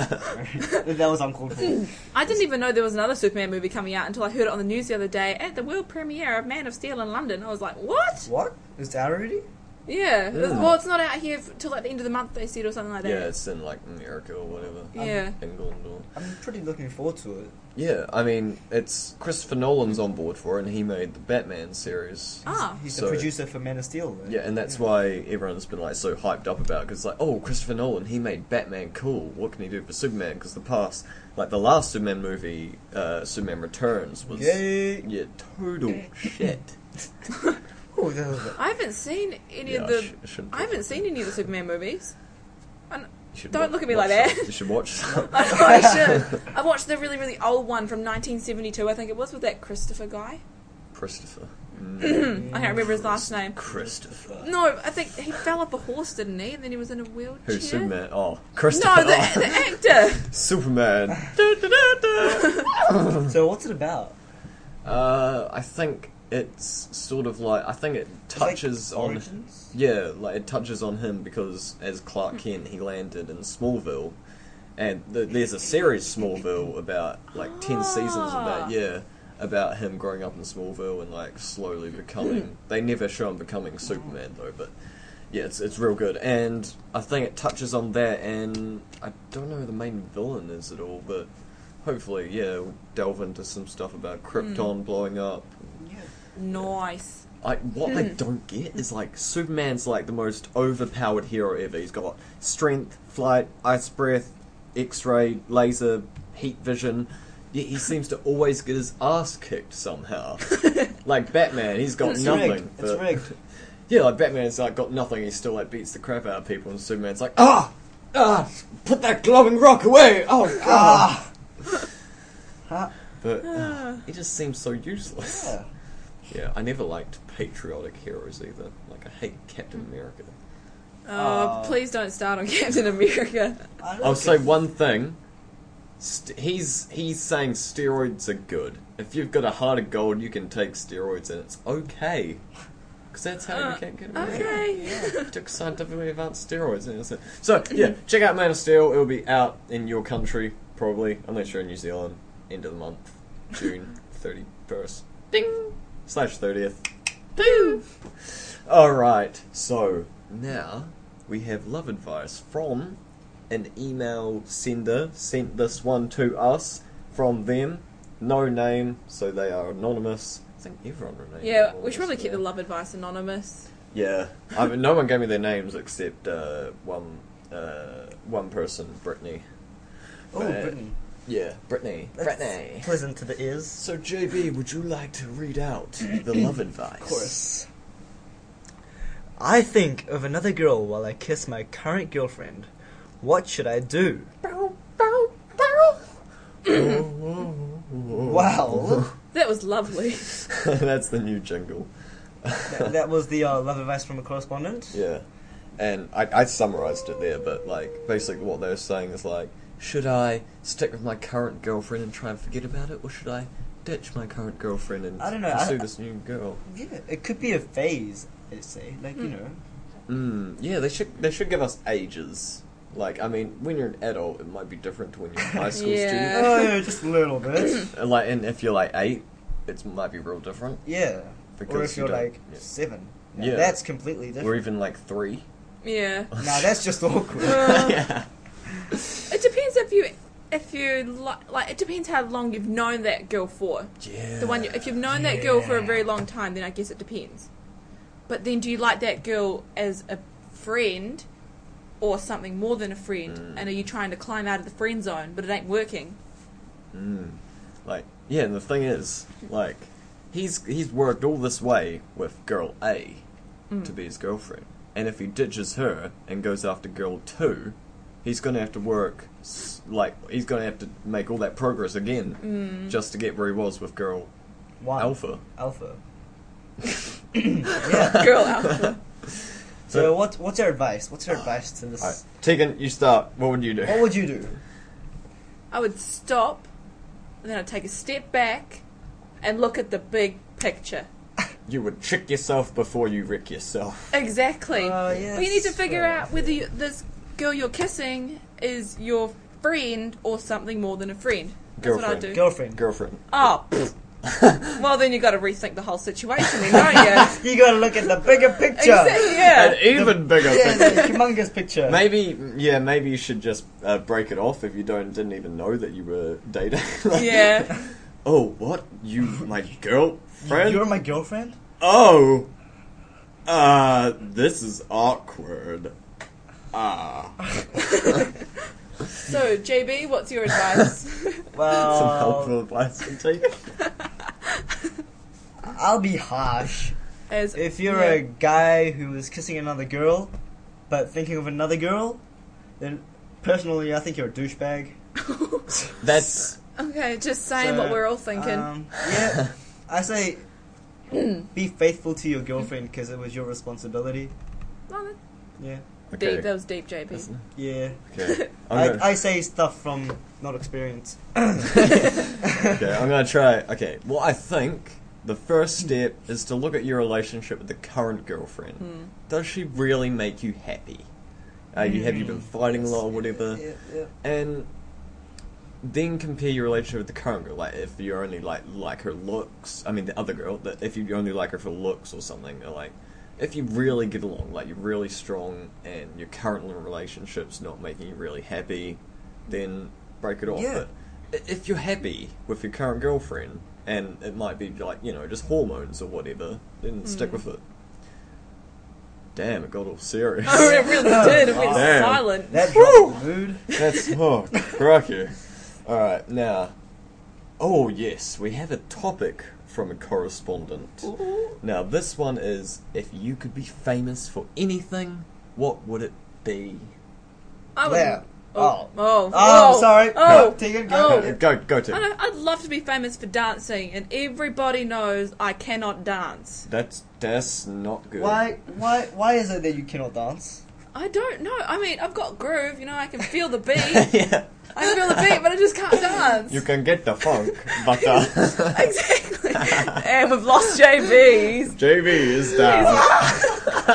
Speaker 3: That was uncalled for.
Speaker 4: I didn't even know there was another Superman movie coming out until I heard it on the news the other day at the world premiere of Man of Steel in London. I was like, what?
Speaker 3: what? Is that already?
Speaker 4: Yeah. Well, it's not out here f- till like the end of the month, they said, or something like that.
Speaker 2: Yeah, it's in like America or whatever. Um,
Speaker 4: Yeah.
Speaker 2: England or
Speaker 3: I'm pretty looking forward to it.
Speaker 2: Yeah, I mean it's Christopher Nolan's on board for it and he made the Batman series.
Speaker 4: Ah.
Speaker 3: He's
Speaker 2: So-
Speaker 3: the producer for Man of Steel. Though.
Speaker 2: Yeah, and that's why everyone's been like so hyped up about because like, oh, Christopher Nolan, he made Batman cool. What can he do for Superman? Because the past, like the last Superman movie, uh, Superman Returns was
Speaker 3: Yay.
Speaker 2: yeah, total shit.
Speaker 3: Oh, that was
Speaker 4: I haven't seen any
Speaker 2: Yeah,
Speaker 4: of
Speaker 2: I
Speaker 4: the.
Speaker 2: sh- I shouldn't
Speaker 4: I haven't seen any of the Superman movies.
Speaker 2: You should
Speaker 4: Don't
Speaker 2: wa-
Speaker 4: look at me
Speaker 2: watch
Speaker 4: like
Speaker 2: some-
Speaker 4: that.
Speaker 2: You should watch. Some.
Speaker 4: I know I should. I watched the really, really old one from 1972. I think it was with that Christopher guy.
Speaker 2: Christopher.
Speaker 4: I can't remember his last name.
Speaker 2: Mm. Christopher.
Speaker 4: No, I think he fell off a horse, didn't he? And then he was in a wheelchair.
Speaker 2: Who Superman? Oh, Christopher.
Speaker 4: No, the, the actor.
Speaker 2: Superman.
Speaker 3: a- so what's it about?
Speaker 2: Uh, I think it's sort of like I think it
Speaker 3: It's like
Speaker 2: touches on
Speaker 3: origins.
Speaker 2: Yeah, like it touches on him because as Clark Kent, he landed in Smallville, and th- there's a series Smallville about like ten seasons of
Speaker 4: Ah.
Speaker 2: that. Yeah, about him growing up in Smallville and like slowly becoming. they never show him becoming Superman though, but yeah, it's it's real good. And I think it touches on that, and I don't know who the main villain is at all, but hopefully, yeah, we'll delve into some stuff about Krypton blowing up
Speaker 4: Nice.
Speaker 2: like what I
Speaker 3: Hmm.
Speaker 2: don't get is like Superman's like the most overpowered hero ever. He's got strength, flight, ice breath, X-ray, laser, heat vision. Yet he seems to always get his ass kicked somehow. like Batman, he's got
Speaker 3: It's
Speaker 2: nothing.
Speaker 3: rigged. It's
Speaker 2: but-
Speaker 3: rigged.
Speaker 2: Yeah, like Batman's like got nothing. He still like beats the crap out of people, and Superman's like ah ah, put that glowing rock away. Oh god.
Speaker 3: Ah. Huh?
Speaker 2: But uh, he just seems so useless.
Speaker 3: Ah. Yeah.
Speaker 2: Yeah, I never liked patriotic heroes either. Like I hate Captain America.
Speaker 4: Uh,
Speaker 3: Oh.
Speaker 4: please don't start on Captain America.
Speaker 3: I
Speaker 2: I'll
Speaker 3: like
Speaker 2: say
Speaker 3: it.
Speaker 2: one thing. St- he's he's saying steroids are good. If you've got a heart of gold, you can take steroids and it's okay. Because that's how you
Speaker 4: Uh,
Speaker 2: became Captain America.
Speaker 4: Okay.
Speaker 2: He took scientifically advanced steroids. And that's it. So yeah, check out Man of Steel. It'll be out in your country probably, unless you're in New Zealand. End of the month, June thirty first. Ding slash thirtieth.
Speaker 4: Boo.
Speaker 2: All right. So now we have love advice from an email sender sent this one to us from them. No name, so they are anonymous. I think everyone remains.
Speaker 4: Yeah,
Speaker 2: anonymous
Speaker 4: we should probably keep the
Speaker 2: now.
Speaker 4: love advice anonymous.
Speaker 2: Yeah, I mean, no one gave me their names except uh, one uh, one person, Brittany.
Speaker 3: Oh,
Speaker 2: But-
Speaker 3: Brittany.
Speaker 2: Yeah, Brittany.
Speaker 3: That's
Speaker 2: Brittany.
Speaker 3: Pleasant to the ears.
Speaker 2: So JB, would you like to read out the love advice?
Speaker 3: Of course. I think of another girl while I kiss my current girlfriend. What should I do?
Speaker 2: Oh,
Speaker 3: Wow.
Speaker 4: That was lovely.
Speaker 2: That's the new jingle.
Speaker 3: that, that was the uh, love advice from a correspondent.
Speaker 2: Yeah. And I, I summarized it there, but like basically what they're saying is like, should I stick with my current girlfriend and try and forget about it, or should I ditch my current girlfriend and
Speaker 3: I don't know,
Speaker 2: pursue
Speaker 3: I-
Speaker 2: this new girl?
Speaker 3: Yeah, it could be a phase, I'd say. Like,
Speaker 4: Hmm.
Speaker 3: you know.
Speaker 2: Mm, yeah, they should they should give us ages. Like, I mean, when you're an adult, it might be different to when you're a high school
Speaker 4: Yeah.
Speaker 2: student.
Speaker 3: Oh, yeah, just a little bit.
Speaker 2: And, Like, and if you're like eight, it might be real different.
Speaker 3: Yeah. or
Speaker 2: Because
Speaker 3: if
Speaker 2: you
Speaker 3: you're
Speaker 2: don't-
Speaker 3: like
Speaker 2: yeah.
Speaker 3: seven. Now,
Speaker 2: Yeah.
Speaker 3: That's completely different.
Speaker 2: Or even like three.
Speaker 4: Yeah.
Speaker 3: Now that's just awkward.
Speaker 4: Uh,
Speaker 2: yeah.
Speaker 4: it depends if you if you li- like, it depends how long you've known that girl for.
Speaker 2: Yeah.
Speaker 4: The one you, if you've known that girl for a very long time, then I guess it depends. But then, do you like that girl as a friend, or something more than a friend?
Speaker 3: Hmm.
Speaker 4: And are you trying to climb out of the friend zone, but it ain't working?
Speaker 2: Like, yeah, and the thing is, like, he's he's worked all this way with girl A to be his girlfriend, and if he ditches her and goes after girl two, he's gonna have to work s- like he's gonna have to make all that progress again just to get where he was with girl
Speaker 3: One.
Speaker 2: alpha.
Speaker 3: Alpha.
Speaker 4: Girl alpha.
Speaker 3: So what? What's your advice? What's your advice to this?
Speaker 2: Alright, Tegan, you start. What would you do?
Speaker 3: What would you do?
Speaker 4: I would stop, and then I'd take a step back, and look at the big picture.
Speaker 2: You would check yourself before you wreck yourself.
Speaker 4: Exactly.
Speaker 3: Oh,
Speaker 4: but you need to
Speaker 3: yes,
Speaker 4: figure
Speaker 3: right.
Speaker 4: out whether you, this girl you're kissing is your friend or something more than a friend. That's what I
Speaker 2: Girlfriend.
Speaker 4: do.
Speaker 3: Girlfriend.
Speaker 2: Girlfriend.
Speaker 4: Oh. pfft. well, then you got to rethink the whole situation, then, don't you?
Speaker 3: You gotta look at the bigger picture.
Speaker 4: Exactly. Yeah.
Speaker 2: An even bigger
Speaker 3: Yeah,
Speaker 2: thing.
Speaker 3: the humongous picture.
Speaker 2: Maybe, yeah, maybe you should just uh, break it off if you don't didn't even know that you were dating. Like,
Speaker 4: Yeah.
Speaker 2: Oh, what? You my girlfriend?
Speaker 3: You're my girlfriend.
Speaker 2: oh. Uh, this is awkward. Ah.
Speaker 4: So, JB, what's your advice?
Speaker 2: Some
Speaker 3: Well,
Speaker 2: helpful advice from Tegan.
Speaker 3: I'll be harsh.
Speaker 4: As
Speaker 3: If you're
Speaker 4: yeah.
Speaker 3: a guy who is kissing another girl, but thinking of another girl, then personally, I think you're a douchebag.
Speaker 2: That's
Speaker 4: okay, just saying
Speaker 3: So,
Speaker 4: what we're all thinking. Hmm.
Speaker 3: Um, yeah, I say be faithful to your girlfriend because it was your responsibility.
Speaker 4: Well, that's
Speaker 3: Yeah,
Speaker 2: okay.
Speaker 4: deep. That was deep, JB.
Speaker 3: yeah.
Speaker 2: okay. I'm gonna,
Speaker 3: I, I say stuff from not experience.
Speaker 2: okay, I'm gonna try. Okay, well, I think the first step is to look at your relationship with the current girlfriend. Does she really make you happy? Are you have you
Speaker 3: Hmm.
Speaker 2: been fighting a lot or whatever?
Speaker 3: Yeah, yeah.
Speaker 2: and then compare your relationship with the current girl. Like if you only like like her looks, I mean the other girl. That if you only like her for looks or something, or like if you really get along, like you're really strong, and your current little relationship's not making you really happy, then break it off.
Speaker 3: Yeah.
Speaker 2: But i- if you're happy with your current girlfriend, and it might be like you know just hormones or whatever, then stick with it. Damn, it got all serious.
Speaker 4: Oh, it really did. It went
Speaker 2: Damn.
Speaker 4: silent.
Speaker 3: That drops the mood.
Speaker 2: That's oh, crikey. All right, now. Oh yes, we have a topic from a correspondent. Now this one is: if you could be famous for anything, what would it be?
Speaker 4: I would.
Speaker 3: There.
Speaker 4: Oh.
Speaker 3: Oh.
Speaker 4: Oh.
Speaker 3: Oh,
Speaker 4: oh.
Speaker 3: sorry.
Speaker 4: Oh.
Speaker 3: No, Tegan,
Speaker 4: Oh.
Speaker 3: go.
Speaker 2: Uh, Go, go to.
Speaker 4: I don't know, I'd love to be famous for dancing, and everybody knows I cannot dance.
Speaker 2: That's that's not good.
Speaker 3: Why, why, why is it that you cannot dance?
Speaker 4: I don't know. I mean, I've got groove, you know, I can feel the beat.
Speaker 2: yeah,
Speaker 4: I can feel the beat, but I just can't dance.
Speaker 2: you can get the funk, but uh,
Speaker 4: exactly. and we've lost JB's.
Speaker 2: JV is down.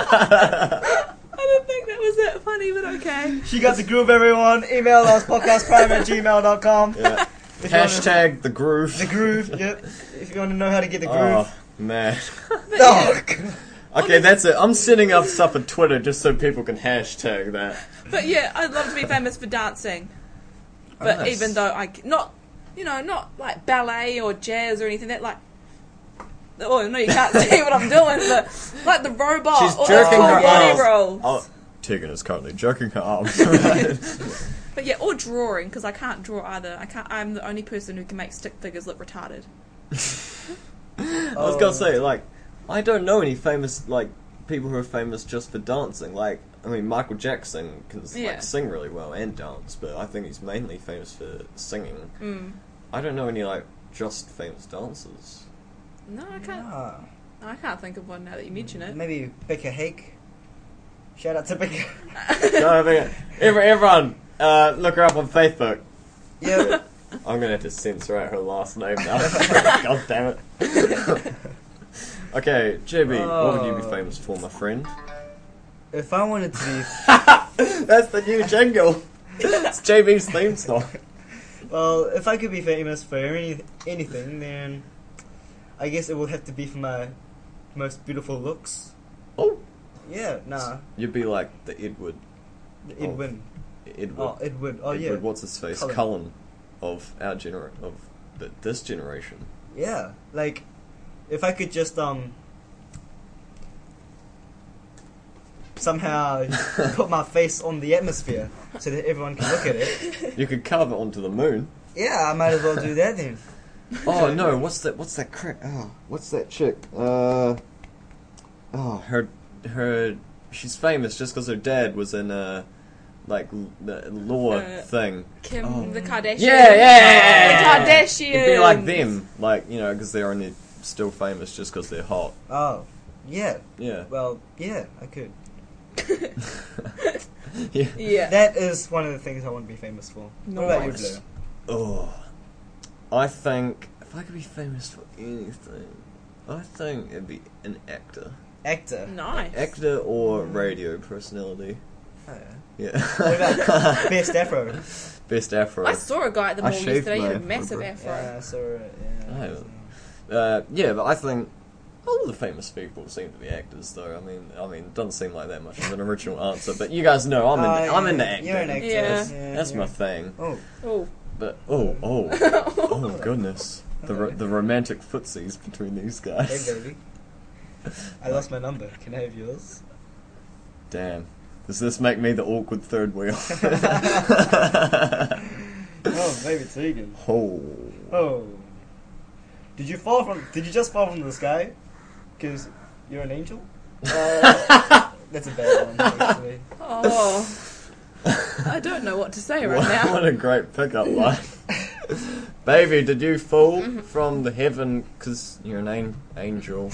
Speaker 4: I didn't think that was that funny, but okay.
Speaker 3: She got the groove, everyone. Email us podcastprime at gmail.com.
Speaker 2: Yeah.
Speaker 3: If you wanna-
Speaker 2: Hashtag the groove.
Speaker 3: The groove, yep. If you want to know how to get the groove.
Speaker 2: Oh man.
Speaker 3: Oh, God.
Speaker 2: Okay, that's it. I'm setting us up a Twitter just so people can hashtag that.
Speaker 4: But yeah, I'd love to be famous for dancing. But
Speaker 2: Oh, nice.
Speaker 4: even though I c- not, you know, not like ballet or jazz or anything that like. Oh no, you can't see what I'm doing, but like the robot
Speaker 2: She's
Speaker 4: or those
Speaker 2: jerking
Speaker 4: cool
Speaker 2: her
Speaker 4: body
Speaker 2: arms.
Speaker 4: Oh, rolls.
Speaker 2: Oh, Tegan is currently jerking her arms.
Speaker 4: But yeah, or drawing because I can't draw either. I can't. I'm the only person who can make stick figures look retarded.
Speaker 2: I was gonna say, like, I don't know any famous like people who are famous just for dancing. Like, I mean, Michael Jackson can
Speaker 4: Yeah.
Speaker 2: like sing really well and dance, but I think he's mainly famous for singing.
Speaker 4: Mm.
Speaker 2: I don't know any like just famous dancers.
Speaker 4: No, I can't.
Speaker 3: Ah,
Speaker 4: I can't think of one now that you mention it.
Speaker 3: maybe Becca Hake. Shout out to Becca.
Speaker 2: no, I think every, everyone uh, look her up on Facebook.
Speaker 3: Yep.
Speaker 2: I'm gonna have to censor out her last name now. God damn it. okay, JB, what would you be
Speaker 3: Oh.
Speaker 2: famous for, my friend?
Speaker 3: if I wanted to
Speaker 2: That's the new jingle. it's JB's theme song.
Speaker 3: be, well, if I could be famous for any, anything, then I guess it would have to be for my most beautiful looks.
Speaker 2: Oh,
Speaker 3: Yeah, nah.
Speaker 2: you'd be like the Edward.
Speaker 3: Edwin.
Speaker 2: Edward.
Speaker 3: Oh, Edward. Oh,
Speaker 2: Edward
Speaker 3: yeah.
Speaker 2: What's his face? Cullen.
Speaker 3: Cullen.
Speaker 2: of our gener of th- this generation.
Speaker 3: Yeah, like if I could just um somehow put my face on the atmosphere so that everyone can look at it.
Speaker 2: You could carve it onto the moon.
Speaker 3: Yeah, I might as well do that then.
Speaker 2: Oh no! What's that? What's that crick? Oh, what's that chick? Uh, oh, her, her. She's famous just because her dad was in a, like, l- the law
Speaker 4: Uh,
Speaker 2: thing.
Speaker 4: Kim,
Speaker 2: Oh.
Speaker 4: the Kardashians.
Speaker 2: Yeah, yeah, yeah, yeah,
Speaker 4: The
Speaker 2: yeah.
Speaker 4: Kardashians.
Speaker 2: It'd be like them, like you know, because they're only still famous just because they're hot.
Speaker 3: Oh, yeah.
Speaker 2: Yeah,
Speaker 3: Well, yeah, I could.
Speaker 2: yeah.
Speaker 4: Yeah.
Speaker 3: That is one of the things I want to be famous for. What about you,
Speaker 4: Nice.
Speaker 3: Blue?
Speaker 2: Oh, I think if I could be famous for anything, I think it'd be an actor,
Speaker 3: Actor.
Speaker 4: nice.
Speaker 2: actor or
Speaker 4: Mm.
Speaker 2: radio personality.
Speaker 3: Oh, yeah.
Speaker 2: Yeah.
Speaker 3: What about best afro?
Speaker 2: Best afro.
Speaker 4: I saw a guy at the
Speaker 2: I
Speaker 4: mall
Speaker 2: shaved
Speaker 4: yesterday. He had a
Speaker 2: my
Speaker 4: massive
Speaker 2: eyebrow.
Speaker 4: afro.
Speaker 3: Yeah, I saw it. Yeah.
Speaker 2: Oh. Uh, yeah, but I think a lot of the famous people seem to be actors, though. I mean, I mean, it doesn't seem like that much of an original answer, but you guys know I'm in,
Speaker 3: Oh,
Speaker 2: I'm
Speaker 3: yeah,
Speaker 2: in the acting.
Speaker 3: You're an actor.
Speaker 4: Yeah.
Speaker 2: That's, that's my thing.
Speaker 3: Oh,
Speaker 4: Oh.
Speaker 2: But oh, oh, oh, goodness, the ro- the romantic footsies between these
Speaker 3: hey
Speaker 2: guys.
Speaker 3: baby. I lost my number. Can I have yours?
Speaker 2: Damn, does this make me the awkward third wheel?
Speaker 3: Oh, maybe it's vegan.
Speaker 2: oh,
Speaker 3: Oh. Did you fall from? Did you just fall from the sky? Because you're an angel. Uh, that's a bad one, actually.
Speaker 4: Oh. I don't know what to say right
Speaker 2: what,
Speaker 4: now.
Speaker 2: what a great pickup line. Baby, did you fall
Speaker 4: Mm-hmm.
Speaker 2: from the heaven? Cause you're an an- angel.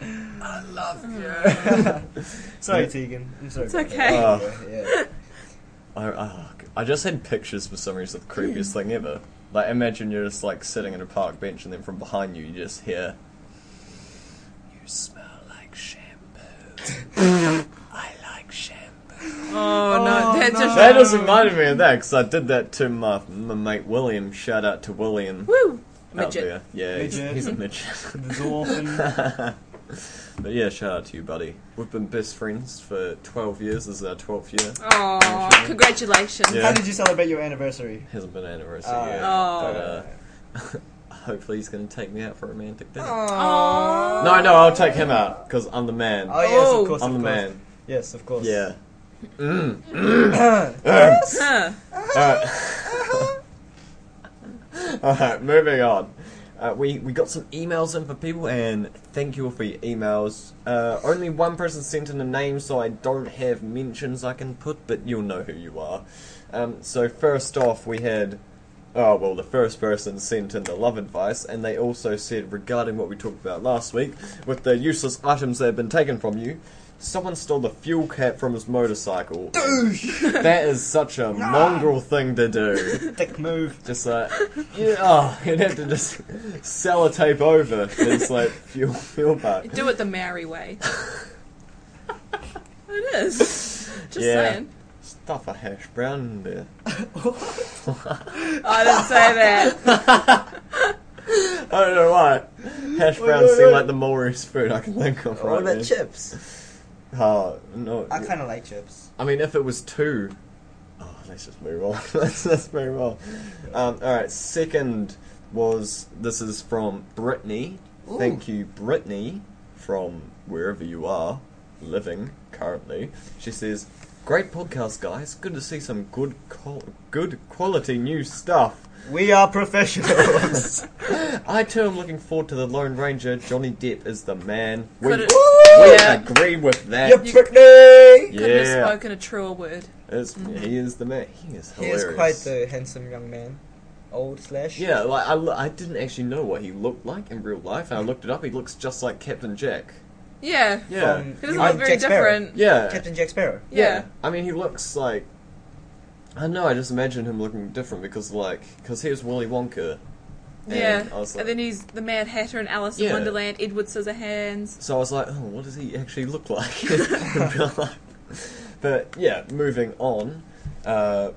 Speaker 2: I love you.
Speaker 3: Sorry, Tegan. I'm sorry.
Speaker 4: It's
Speaker 3: about
Speaker 4: okay.
Speaker 3: that.
Speaker 2: Oh.
Speaker 3: Yeah.
Speaker 2: I, I, I just had pictures for some reason of the creepiest thing ever. Like, imagine you're just like sitting on a park bench, and then from behind you, you just hear, "You smell like shampoo. I like shampoo."
Speaker 4: Oh, no, that just.
Speaker 2: That just reminded me of that because I did that to my, my mate William. Shout out to William
Speaker 4: Woo!
Speaker 2: out
Speaker 4: Midget.
Speaker 2: there. Yeah, he's,
Speaker 3: Midget.
Speaker 2: he's a midget.
Speaker 3: The Zorfin.
Speaker 2: But yeah, shout out to you, buddy. We've been best friends for 12 years. This is our 12th year.
Speaker 4: Oh, congratulations.
Speaker 2: Yeah.
Speaker 3: How did you celebrate your anniversary?
Speaker 2: Hasn't been an anniversary
Speaker 3: Oh.
Speaker 2: yet.
Speaker 4: Oh.
Speaker 2: But uh, hopefully he's going to take me out for a romantic dinner.
Speaker 4: Oh.
Speaker 2: No, no, I'll take him out because I'm the man.
Speaker 3: Oh yes, of course,
Speaker 2: I'm the
Speaker 3: of course.
Speaker 2: man.
Speaker 3: Yes, of course.
Speaker 2: Yeah.
Speaker 4: Huh.
Speaker 2: Alright, moving on. Uh, we, we got some emails in for people, and thank you all for your emails. Uh, only one person sent in a name, so I don't have mentions I can put, but you'll know who you are. Um, so, first off, we had. Oh, well, the first person sent in the love advice, and they also said regarding what we talked about last week with the useless items that have been taken from you. Someone stole the fuel cap from his motorcycle. that is such a mongrel thing to do.
Speaker 3: Dick move.
Speaker 2: Just like, yeah, oh, you'd have to just sellotape over this like fuel fuel part.
Speaker 4: Do it the Maori way. it is. Just
Speaker 2: Yeah.
Speaker 4: saying.
Speaker 2: Stuff a hash brown in there.
Speaker 4: Oh, I didn't say that.
Speaker 2: I don't know why. Hash browns
Speaker 3: wait,
Speaker 2: seem
Speaker 3: wait.
Speaker 2: like the morest food I can think of right
Speaker 3: What about
Speaker 2: now.
Speaker 3: chips?
Speaker 2: Oh no.
Speaker 3: I kind of like chips.
Speaker 2: I mean, if it was two, oh, let's just move on. let's just move on. Um, all right. Second was this is from Brittany. Thank you, Brittany, from wherever you are living currently. She says, "Great podcast, guys. Good to see some good, qual- good quality new stuff."
Speaker 3: We are professionals.
Speaker 2: I too am looking forward to the Lone Ranger. Johnny Depp is the man. We,
Speaker 4: Could've-
Speaker 2: we
Speaker 4: Yeah.
Speaker 2: agree with that.
Speaker 3: You're pretty.
Speaker 4: Couldn't have
Speaker 2: Yeah,
Speaker 4: spoken a truer word.
Speaker 2: It's- he is the man. He is
Speaker 3: He is
Speaker 2: hilarious.
Speaker 3: quite the handsome young man. Old slash.
Speaker 2: Yeah, like I, lo- I didn't actually know what he looked like in real life, and I looked it up. He looks just like Captain Jack.
Speaker 4: Yeah.
Speaker 2: Yeah,
Speaker 3: From-
Speaker 4: It doesn't
Speaker 3: I-
Speaker 4: look very
Speaker 3: Jack Sparrow.
Speaker 4: different.
Speaker 2: yeah,
Speaker 3: Captain Jack Sparrow.
Speaker 4: Yeah.
Speaker 2: I mean, he looks like I don't know. I just imagine him looking different because, like, because he was Willy Wonka. And
Speaker 4: Yeah.
Speaker 2: I was like,
Speaker 4: and then he's the Mad Hatter and Alice
Speaker 2: Yeah.
Speaker 4: in Wonderland, Edward Scissorhands.
Speaker 2: so I was like, oh, what does he actually look like? in real life? but yeah, moving on. Uh,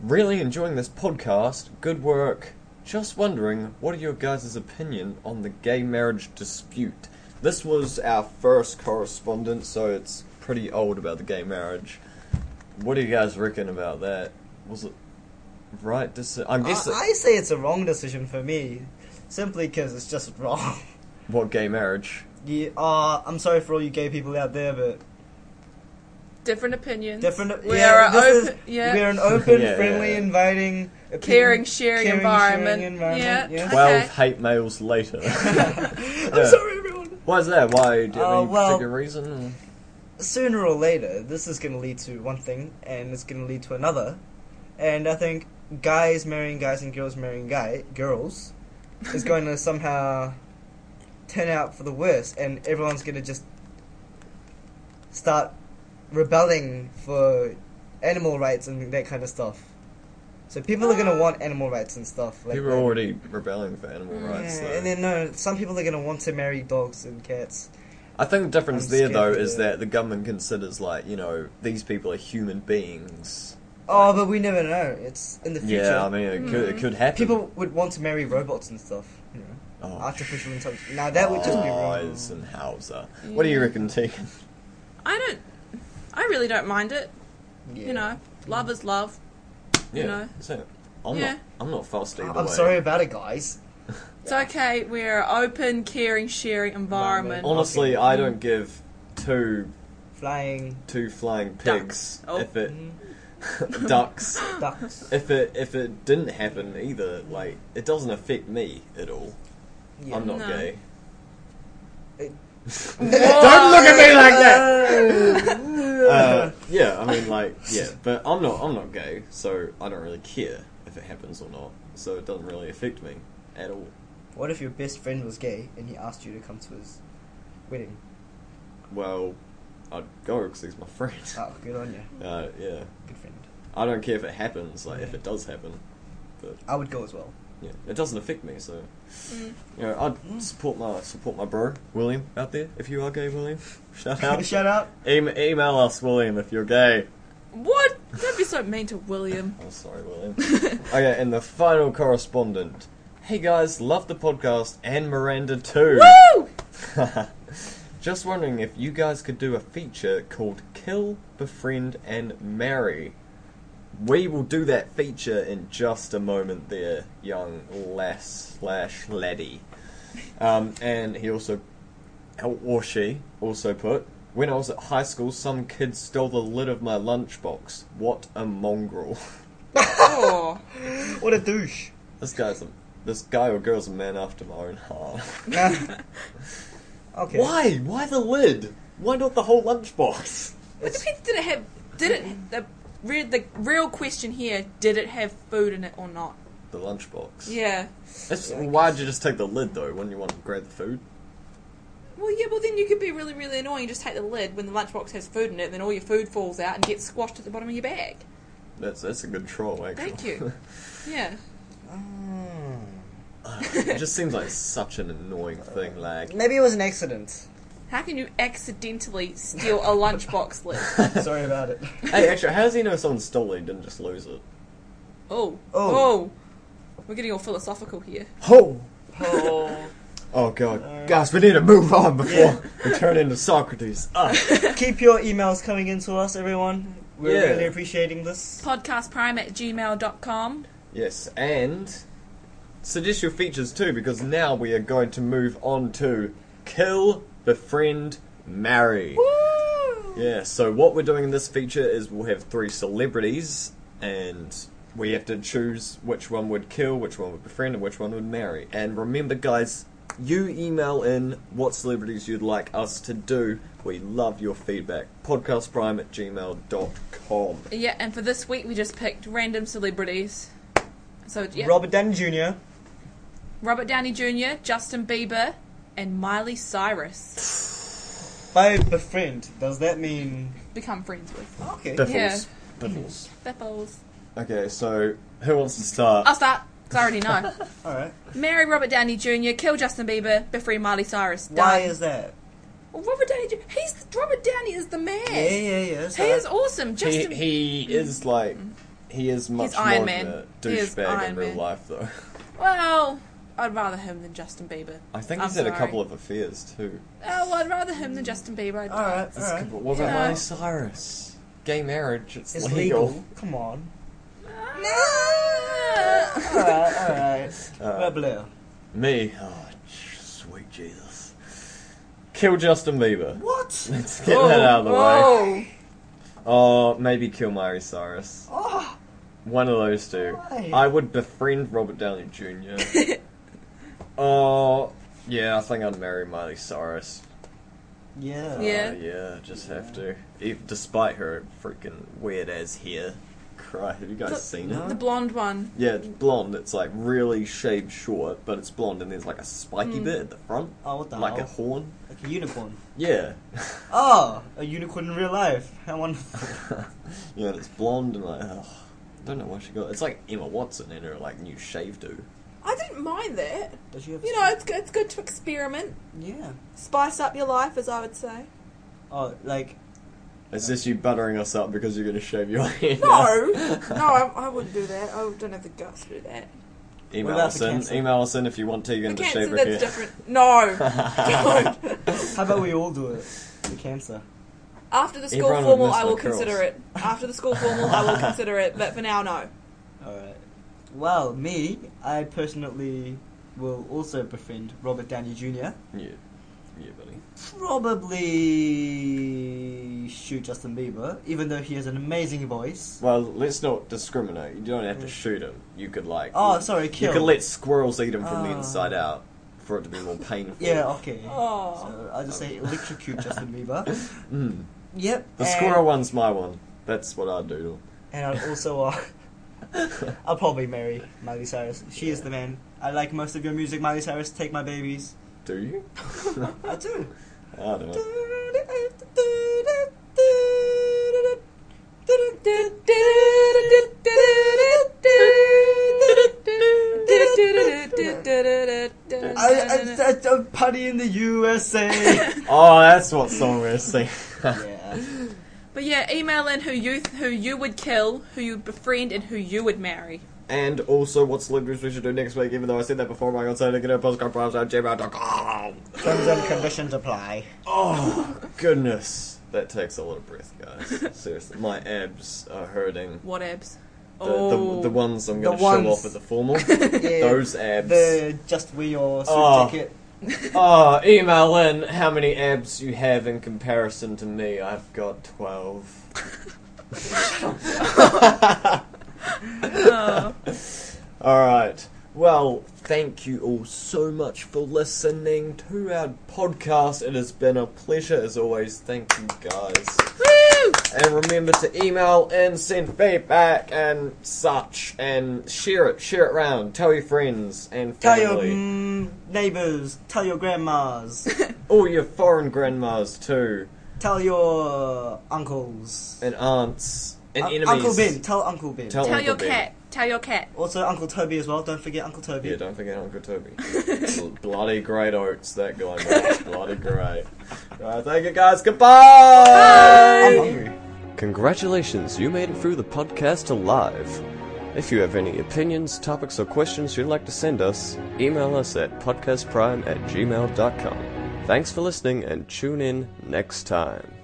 Speaker 2: really enjoying this podcast. Good work. Just wondering, what are your guys' opinion on the gay marriage dispute? This was our first correspondence, so it's pretty old about the gay marriage. What do you guys reckon about that? Was it right decision. I'm
Speaker 3: I,
Speaker 2: guessing
Speaker 3: Uh, I say it's a wrong decision for me, simply because it's just wrong.
Speaker 2: what gay marriage?
Speaker 3: Yeah, uh, I'm sorry for all you gay people out there, but
Speaker 4: Different opinions.
Speaker 3: different.
Speaker 4: We
Speaker 3: yeah,
Speaker 4: are a
Speaker 3: this
Speaker 4: open-
Speaker 3: is-
Speaker 4: yeah.
Speaker 3: we're an open,
Speaker 2: Yeah, yeah,
Speaker 3: friendly,
Speaker 2: yeah.
Speaker 3: inviting, opinion-
Speaker 4: Caring, sharing
Speaker 3: caring,
Speaker 4: environment.
Speaker 3: sharing environment,
Speaker 4: Yeah.
Speaker 3: yeah.
Speaker 2: Twelve
Speaker 4: Okay.
Speaker 2: hate mails later.
Speaker 3: I'm
Speaker 2: Yeah.
Speaker 3: sorry, everyone.
Speaker 2: Why is that? Why? Do you have
Speaker 3: Uh,
Speaker 2: any
Speaker 3: well-
Speaker 2: particular reason?
Speaker 3: Sooner or later, this is going to lead to one thing, and it's going to lead to another, and I think guys marrying guys and girls marrying guy girls is going to somehow turn out for the worse, and everyone's going to just start rebelling for animal rights and that kind of stuff. So people are going to want animal rights and stuff. Like
Speaker 2: People are
Speaker 3: that.
Speaker 2: already rebelling for animal rights.
Speaker 3: Yeah,
Speaker 2: though.
Speaker 3: and then no, some people are going to want to marry dogs and cats.
Speaker 2: I think the difference
Speaker 3: I'm
Speaker 2: there,
Speaker 3: scared
Speaker 2: though,
Speaker 3: to
Speaker 2: is
Speaker 3: do it.
Speaker 2: that the government considers, like, you know, these people are human beings.
Speaker 3: Oh, but we never know. It's in the future.
Speaker 2: Yeah, I mean, it, could, it could happen.
Speaker 3: Mm. people would want to marry robots and stuff. You know,
Speaker 2: Oh,
Speaker 3: artificial intelligence. Now that would just be wrong.
Speaker 2: Eisenhower. What do you reckon, Tegan?
Speaker 4: I don't. I really don't mind it.
Speaker 3: Yeah.
Speaker 4: You know, love is love. You know.
Speaker 2: So, I'm
Speaker 4: Yeah.
Speaker 2: not. I'm not fussed either
Speaker 3: I'm
Speaker 2: way.
Speaker 3: sorry about it, guys.
Speaker 4: It's okay. We're an open, caring, sharing environment.
Speaker 2: Honestly,
Speaker 3: Okay.
Speaker 2: I don't give two
Speaker 3: Flying
Speaker 2: two flying pigs
Speaker 4: Ducks. Oh.
Speaker 2: if it
Speaker 3: Mm-hmm.
Speaker 2: ducks
Speaker 3: ducks.
Speaker 2: if it if it didn't happen either. Like, it doesn't affect me at all.
Speaker 3: Yeah.
Speaker 2: I'm not
Speaker 4: No.
Speaker 2: gay.
Speaker 4: Don't look at
Speaker 2: me like
Speaker 3: that.
Speaker 2: Uh, yeah, I mean, like, yeah, but I'm not, I'm not gay, so I don't really care if it happens or not. So it doesn't really affect me at all.
Speaker 3: what if your best friend was gay and he asked you to come to his wedding?
Speaker 2: Well, I'd go because he's my friend.
Speaker 3: Oh, good on you,
Speaker 2: Uh, yeah,
Speaker 3: good friend.
Speaker 2: I don't care if it happens. Like, if it does happen, but
Speaker 3: I would go as well.
Speaker 2: yeah, it doesn't affect me. So, you know, I'd support my support my bro William out there. If you are gay, William, shout out.
Speaker 3: Shout out.
Speaker 2: Em- email us, William, if you're gay.
Speaker 4: What? Don't be so mean to William.
Speaker 2: I'm sorry, William. okay, and the final correspondent. Hey guys, love the podcast and Miranda too.
Speaker 4: Woo!
Speaker 2: Just wondering if you guys could do a feature called Kill, Befriend, and Marry. We will do that feature in just a moment, there, young lass slash laddie. Um, and he also, or she, also put, when I was at high school, some kid stole the lid of my lunchbox. What a mongrel!
Speaker 4: Oh.
Speaker 3: What a douche.
Speaker 2: This guy's a, this guy or girl's a man after my own heart.
Speaker 3: okay.
Speaker 2: Why? Why the lid? Why not the whole lunchbox?
Speaker 4: It depends. Did it have? Did it? The read the real question here. Did it have food in it or not?
Speaker 2: The lunchbox.
Speaker 4: Yeah.
Speaker 2: That's, why'd you just take the lid though? Wouldn't you want to grab the food?
Speaker 4: Well, yeah. Well, then you could be really, really annoying. You just take the lid when the lunchbox has food in it, and then all your food falls out and gets squashed at the bottom of your bag.
Speaker 2: That's that's a good troll, actually.
Speaker 4: Thank you. Yeah.
Speaker 3: Hmm.
Speaker 2: it just seems like such an annoying thing. Like,
Speaker 3: Maybe it was an accident.
Speaker 4: How can you accidentally steal a lunchbox lid?
Speaker 3: Sorry about it.
Speaker 2: hey, actually, how does he know someone stole it and didn't just lose it?
Speaker 4: Oh. Oh.
Speaker 3: Oh.
Speaker 4: We're getting all philosophical here.
Speaker 2: Oh,
Speaker 3: Oh.
Speaker 2: oh god, guys, we need to move on before we turn into Socrates. Ah.
Speaker 3: Keep your emails coming in to us, everyone. We're
Speaker 2: Yeah.
Speaker 3: really appreciating this.
Speaker 4: Podcastprime at gmail.com.
Speaker 2: Yes, and suggest your features too, because now we are going to move on to kill, befriend, marry. Yeah, so what we're doing in this feature is we'll have three celebrities, and we have to choose which one would kill, which one would befriend, and which one would marry. And remember, guys, you email in what celebrities you'd like us to do. We love your feedback. Podcastprime at gmail.com.
Speaker 4: Yeah, and for this week we just picked random celebrities. So, yeah.
Speaker 3: Robert Downey Jr.
Speaker 4: Robert Downey Jr., Justin Bieber, and Miley Cyrus.
Speaker 3: By befriend, does that mean?
Speaker 4: Become friends with.
Speaker 3: Okay.
Speaker 2: Biffles.
Speaker 4: Yeah.
Speaker 2: Biffles.
Speaker 4: Biffles.
Speaker 2: Okay, so who wants to start?
Speaker 4: I'll start. 'cause I already know.
Speaker 3: All right.
Speaker 4: Marry Robert Downey Jr., kill Justin Bieber, befriend Miley Cyrus.
Speaker 3: Why
Speaker 4: Done.
Speaker 3: is that?
Speaker 4: Well, Robert Downey Jr. He's the, Robert Downey is the man.
Speaker 3: Yeah, yeah, yeah. that's
Speaker 4: He
Speaker 3: all right.
Speaker 4: is awesome.
Speaker 2: he,
Speaker 4: Justin.
Speaker 2: he is like he is much more
Speaker 4: Iron
Speaker 2: of
Speaker 4: Man.
Speaker 2: a
Speaker 4: He is
Speaker 2: douchebag
Speaker 4: Iron
Speaker 2: in real
Speaker 4: Man.
Speaker 2: life, though.
Speaker 4: Well, I'd rather him than Justin Bieber.
Speaker 2: I think
Speaker 4: I'm
Speaker 2: he's had a
Speaker 4: sorry.
Speaker 2: couple of affairs too.
Speaker 4: Oh, well, I'd rather him than Justin Bieber. I'd
Speaker 3: All right. All right.
Speaker 2: But what about
Speaker 4: Yeah.
Speaker 2: Miley Cyrus? Gay marriage, it's,
Speaker 3: It's
Speaker 2: legal.
Speaker 4: Ah.
Speaker 3: legal. Come on.
Speaker 4: No.
Speaker 3: alright, alright. Well, Blair.
Speaker 2: Uh, Me, oh, j- sweet Jesus. Kill Justin Bieber.
Speaker 3: What?
Speaker 2: Let's get that out of the way.
Speaker 4: Whoa.
Speaker 2: Or maybe kill Miley Cyrus.
Speaker 4: Ah.
Speaker 3: Oh,
Speaker 2: One of those two.
Speaker 3: Why?
Speaker 2: I would befriend Robert Downey Jr. Oh, yeah, I think I'd marry Miley Cyrus.
Speaker 3: yeah.
Speaker 2: Uh,
Speaker 4: Yeah.
Speaker 2: yeah, just have to. Even despite her freaking weird ass hair. Christ, have you guys
Speaker 4: The-
Speaker 2: seen
Speaker 3: No.
Speaker 2: it?
Speaker 4: The blonde one.
Speaker 2: Yeah, it's blonde. It's like really shaved short, but it's blonde, and there's like a spiky bit at the front,
Speaker 3: Oh, what the
Speaker 2: like a
Speaker 3: hell?
Speaker 2: horn.
Speaker 3: Like a unicorn.
Speaker 2: Yeah,
Speaker 3: Oh, a unicorn in real life. How wonderful.
Speaker 2: yeah, and it's blonde, and like, ugh, I don't know what she got. It's like Emma Watson in her like new shave do.
Speaker 4: I didn't mind that.
Speaker 3: Does you have?
Speaker 4: You know, it's good, it's good to experiment,
Speaker 3: Yeah.
Speaker 4: spice up your life, as I would say.
Speaker 3: Oh, like
Speaker 2: Is this you buttering us up because you're gonna shave your hair?
Speaker 4: No, no, I, I wouldn't do that. I don't have the guts to do that.
Speaker 2: Email
Speaker 3: What about
Speaker 2: us
Speaker 3: for
Speaker 2: in.
Speaker 3: cancer?
Speaker 2: Email us in if you want
Speaker 4: For
Speaker 2: Tegan to shave
Speaker 4: cancer,
Speaker 2: her
Speaker 4: that's
Speaker 2: hair.
Speaker 4: different. No, God.
Speaker 3: how about we all do it? The cancer.
Speaker 4: After the school
Speaker 2: Everyone would
Speaker 4: formal,
Speaker 2: miss
Speaker 4: I will
Speaker 2: my curls.
Speaker 4: consider it. After the school formal, I will consider it. But for now, no.
Speaker 3: All right. Well, me, I personally will also befriend Robert Downey Jr.
Speaker 2: Yeah, yeah, buddy.
Speaker 3: Probably shoot Justin Bieber, even though he has an amazing voice.
Speaker 2: Well, let's not discriminate. You don't have to shoot him. You could like.
Speaker 3: Mm. Oh, sorry,
Speaker 2: You
Speaker 3: kill.
Speaker 2: could let squirrels eat him from the
Speaker 3: Oh.
Speaker 2: inside out for it to be more painful. Um.
Speaker 3: Yeah. Okay.
Speaker 4: Oh,
Speaker 3: So I just say electrocute Justin Bieber.
Speaker 2: Mm.
Speaker 3: Yep.
Speaker 2: The
Speaker 3: and-
Speaker 2: squirrel one's my one. That's what I'd do.
Speaker 3: And I'll also, uh, I'll probably marry Miley Cyrus. She is the man. I like most of your music, Miley Cyrus. Take my babies.
Speaker 2: Do you?
Speaker 3: I do.
Speaker 2: I don't know.
Speaker 3: I, I, I, I party in the USA.
Speaker 2: Oh, that's what song we're singing.
Speaker 3: yeah.
Speaker 4: But yeah, email in who you who you would kill, who you befriend, and who you would marry.
Speaker 2: and also, what celebrities we should do next week, even though I said that before, my God, saying to postcardprimes.gmail.com.
Speaker 3: Terms and conditions apply.
Speaker 2: Oh, goodness. That takes a lot of breath, guys. Seriously. My abs are hurting.
Speaker 4: What abs?
Speaker 2: The,
Speaker 4: oh,
Speaker 2: the, the ones I'm
Speaker 3: The
Speaker 2: going to show
Speaker 3: ones.
Speaker 2: off at the formal.
Speaker 3: Yeah.
Speaker 2: Those abs.
Speaker 3: The just wear your suit
Speaker 2: Oh.
Speaker 3: jacket.
Speaker 2: Oh, email in how many abs you have in comparison to me. I've got 12.
Speaker 4: Oh.
Speaker 2: Alright. Well, thank you all so much for listening to our podcast. It has been a pleasure as always. Thank you guys.
Speaker 4: Woo!
Speaker 2: And remember to email and send feedback and such. And share it. Share it round. Tell your friends and
Speaker 3: Tell
Speaker 2: family.
Speaker 3: your mm, neighbors. Tell your grandmas.
Speaker 2: All your foreign grandmas too.
Speaker 3: tell your uncles.
Speaker 2: And aunts. And
Speaker 3: Un-
Speaker 2: enemies.
Speaker 3: Uncle Ben. Tell Uncle Ben.
Speaker 2: Tell-
Speaker 4: Tell your
Speaker 2: Uncle Ben.
Speaker 4: cat. Tell your cat.
Speaker 3: also Uncle Toby as well. Don't forget Uncle Toby.
Speaker 2: Yeah, don't forget Uncle Toby. Bl- Bloody great oats, that guy. Man. Bloody great. Right, thank you guys. Goodbye.
Speaker 3: I'm hungry.
Speaker 5: Congratulations, you made it through the podcast alive. If you have any opinions, topics, or questions you'd like to send us, email us at podcastprime at gmail.com. Thanks for listening and tune in next time.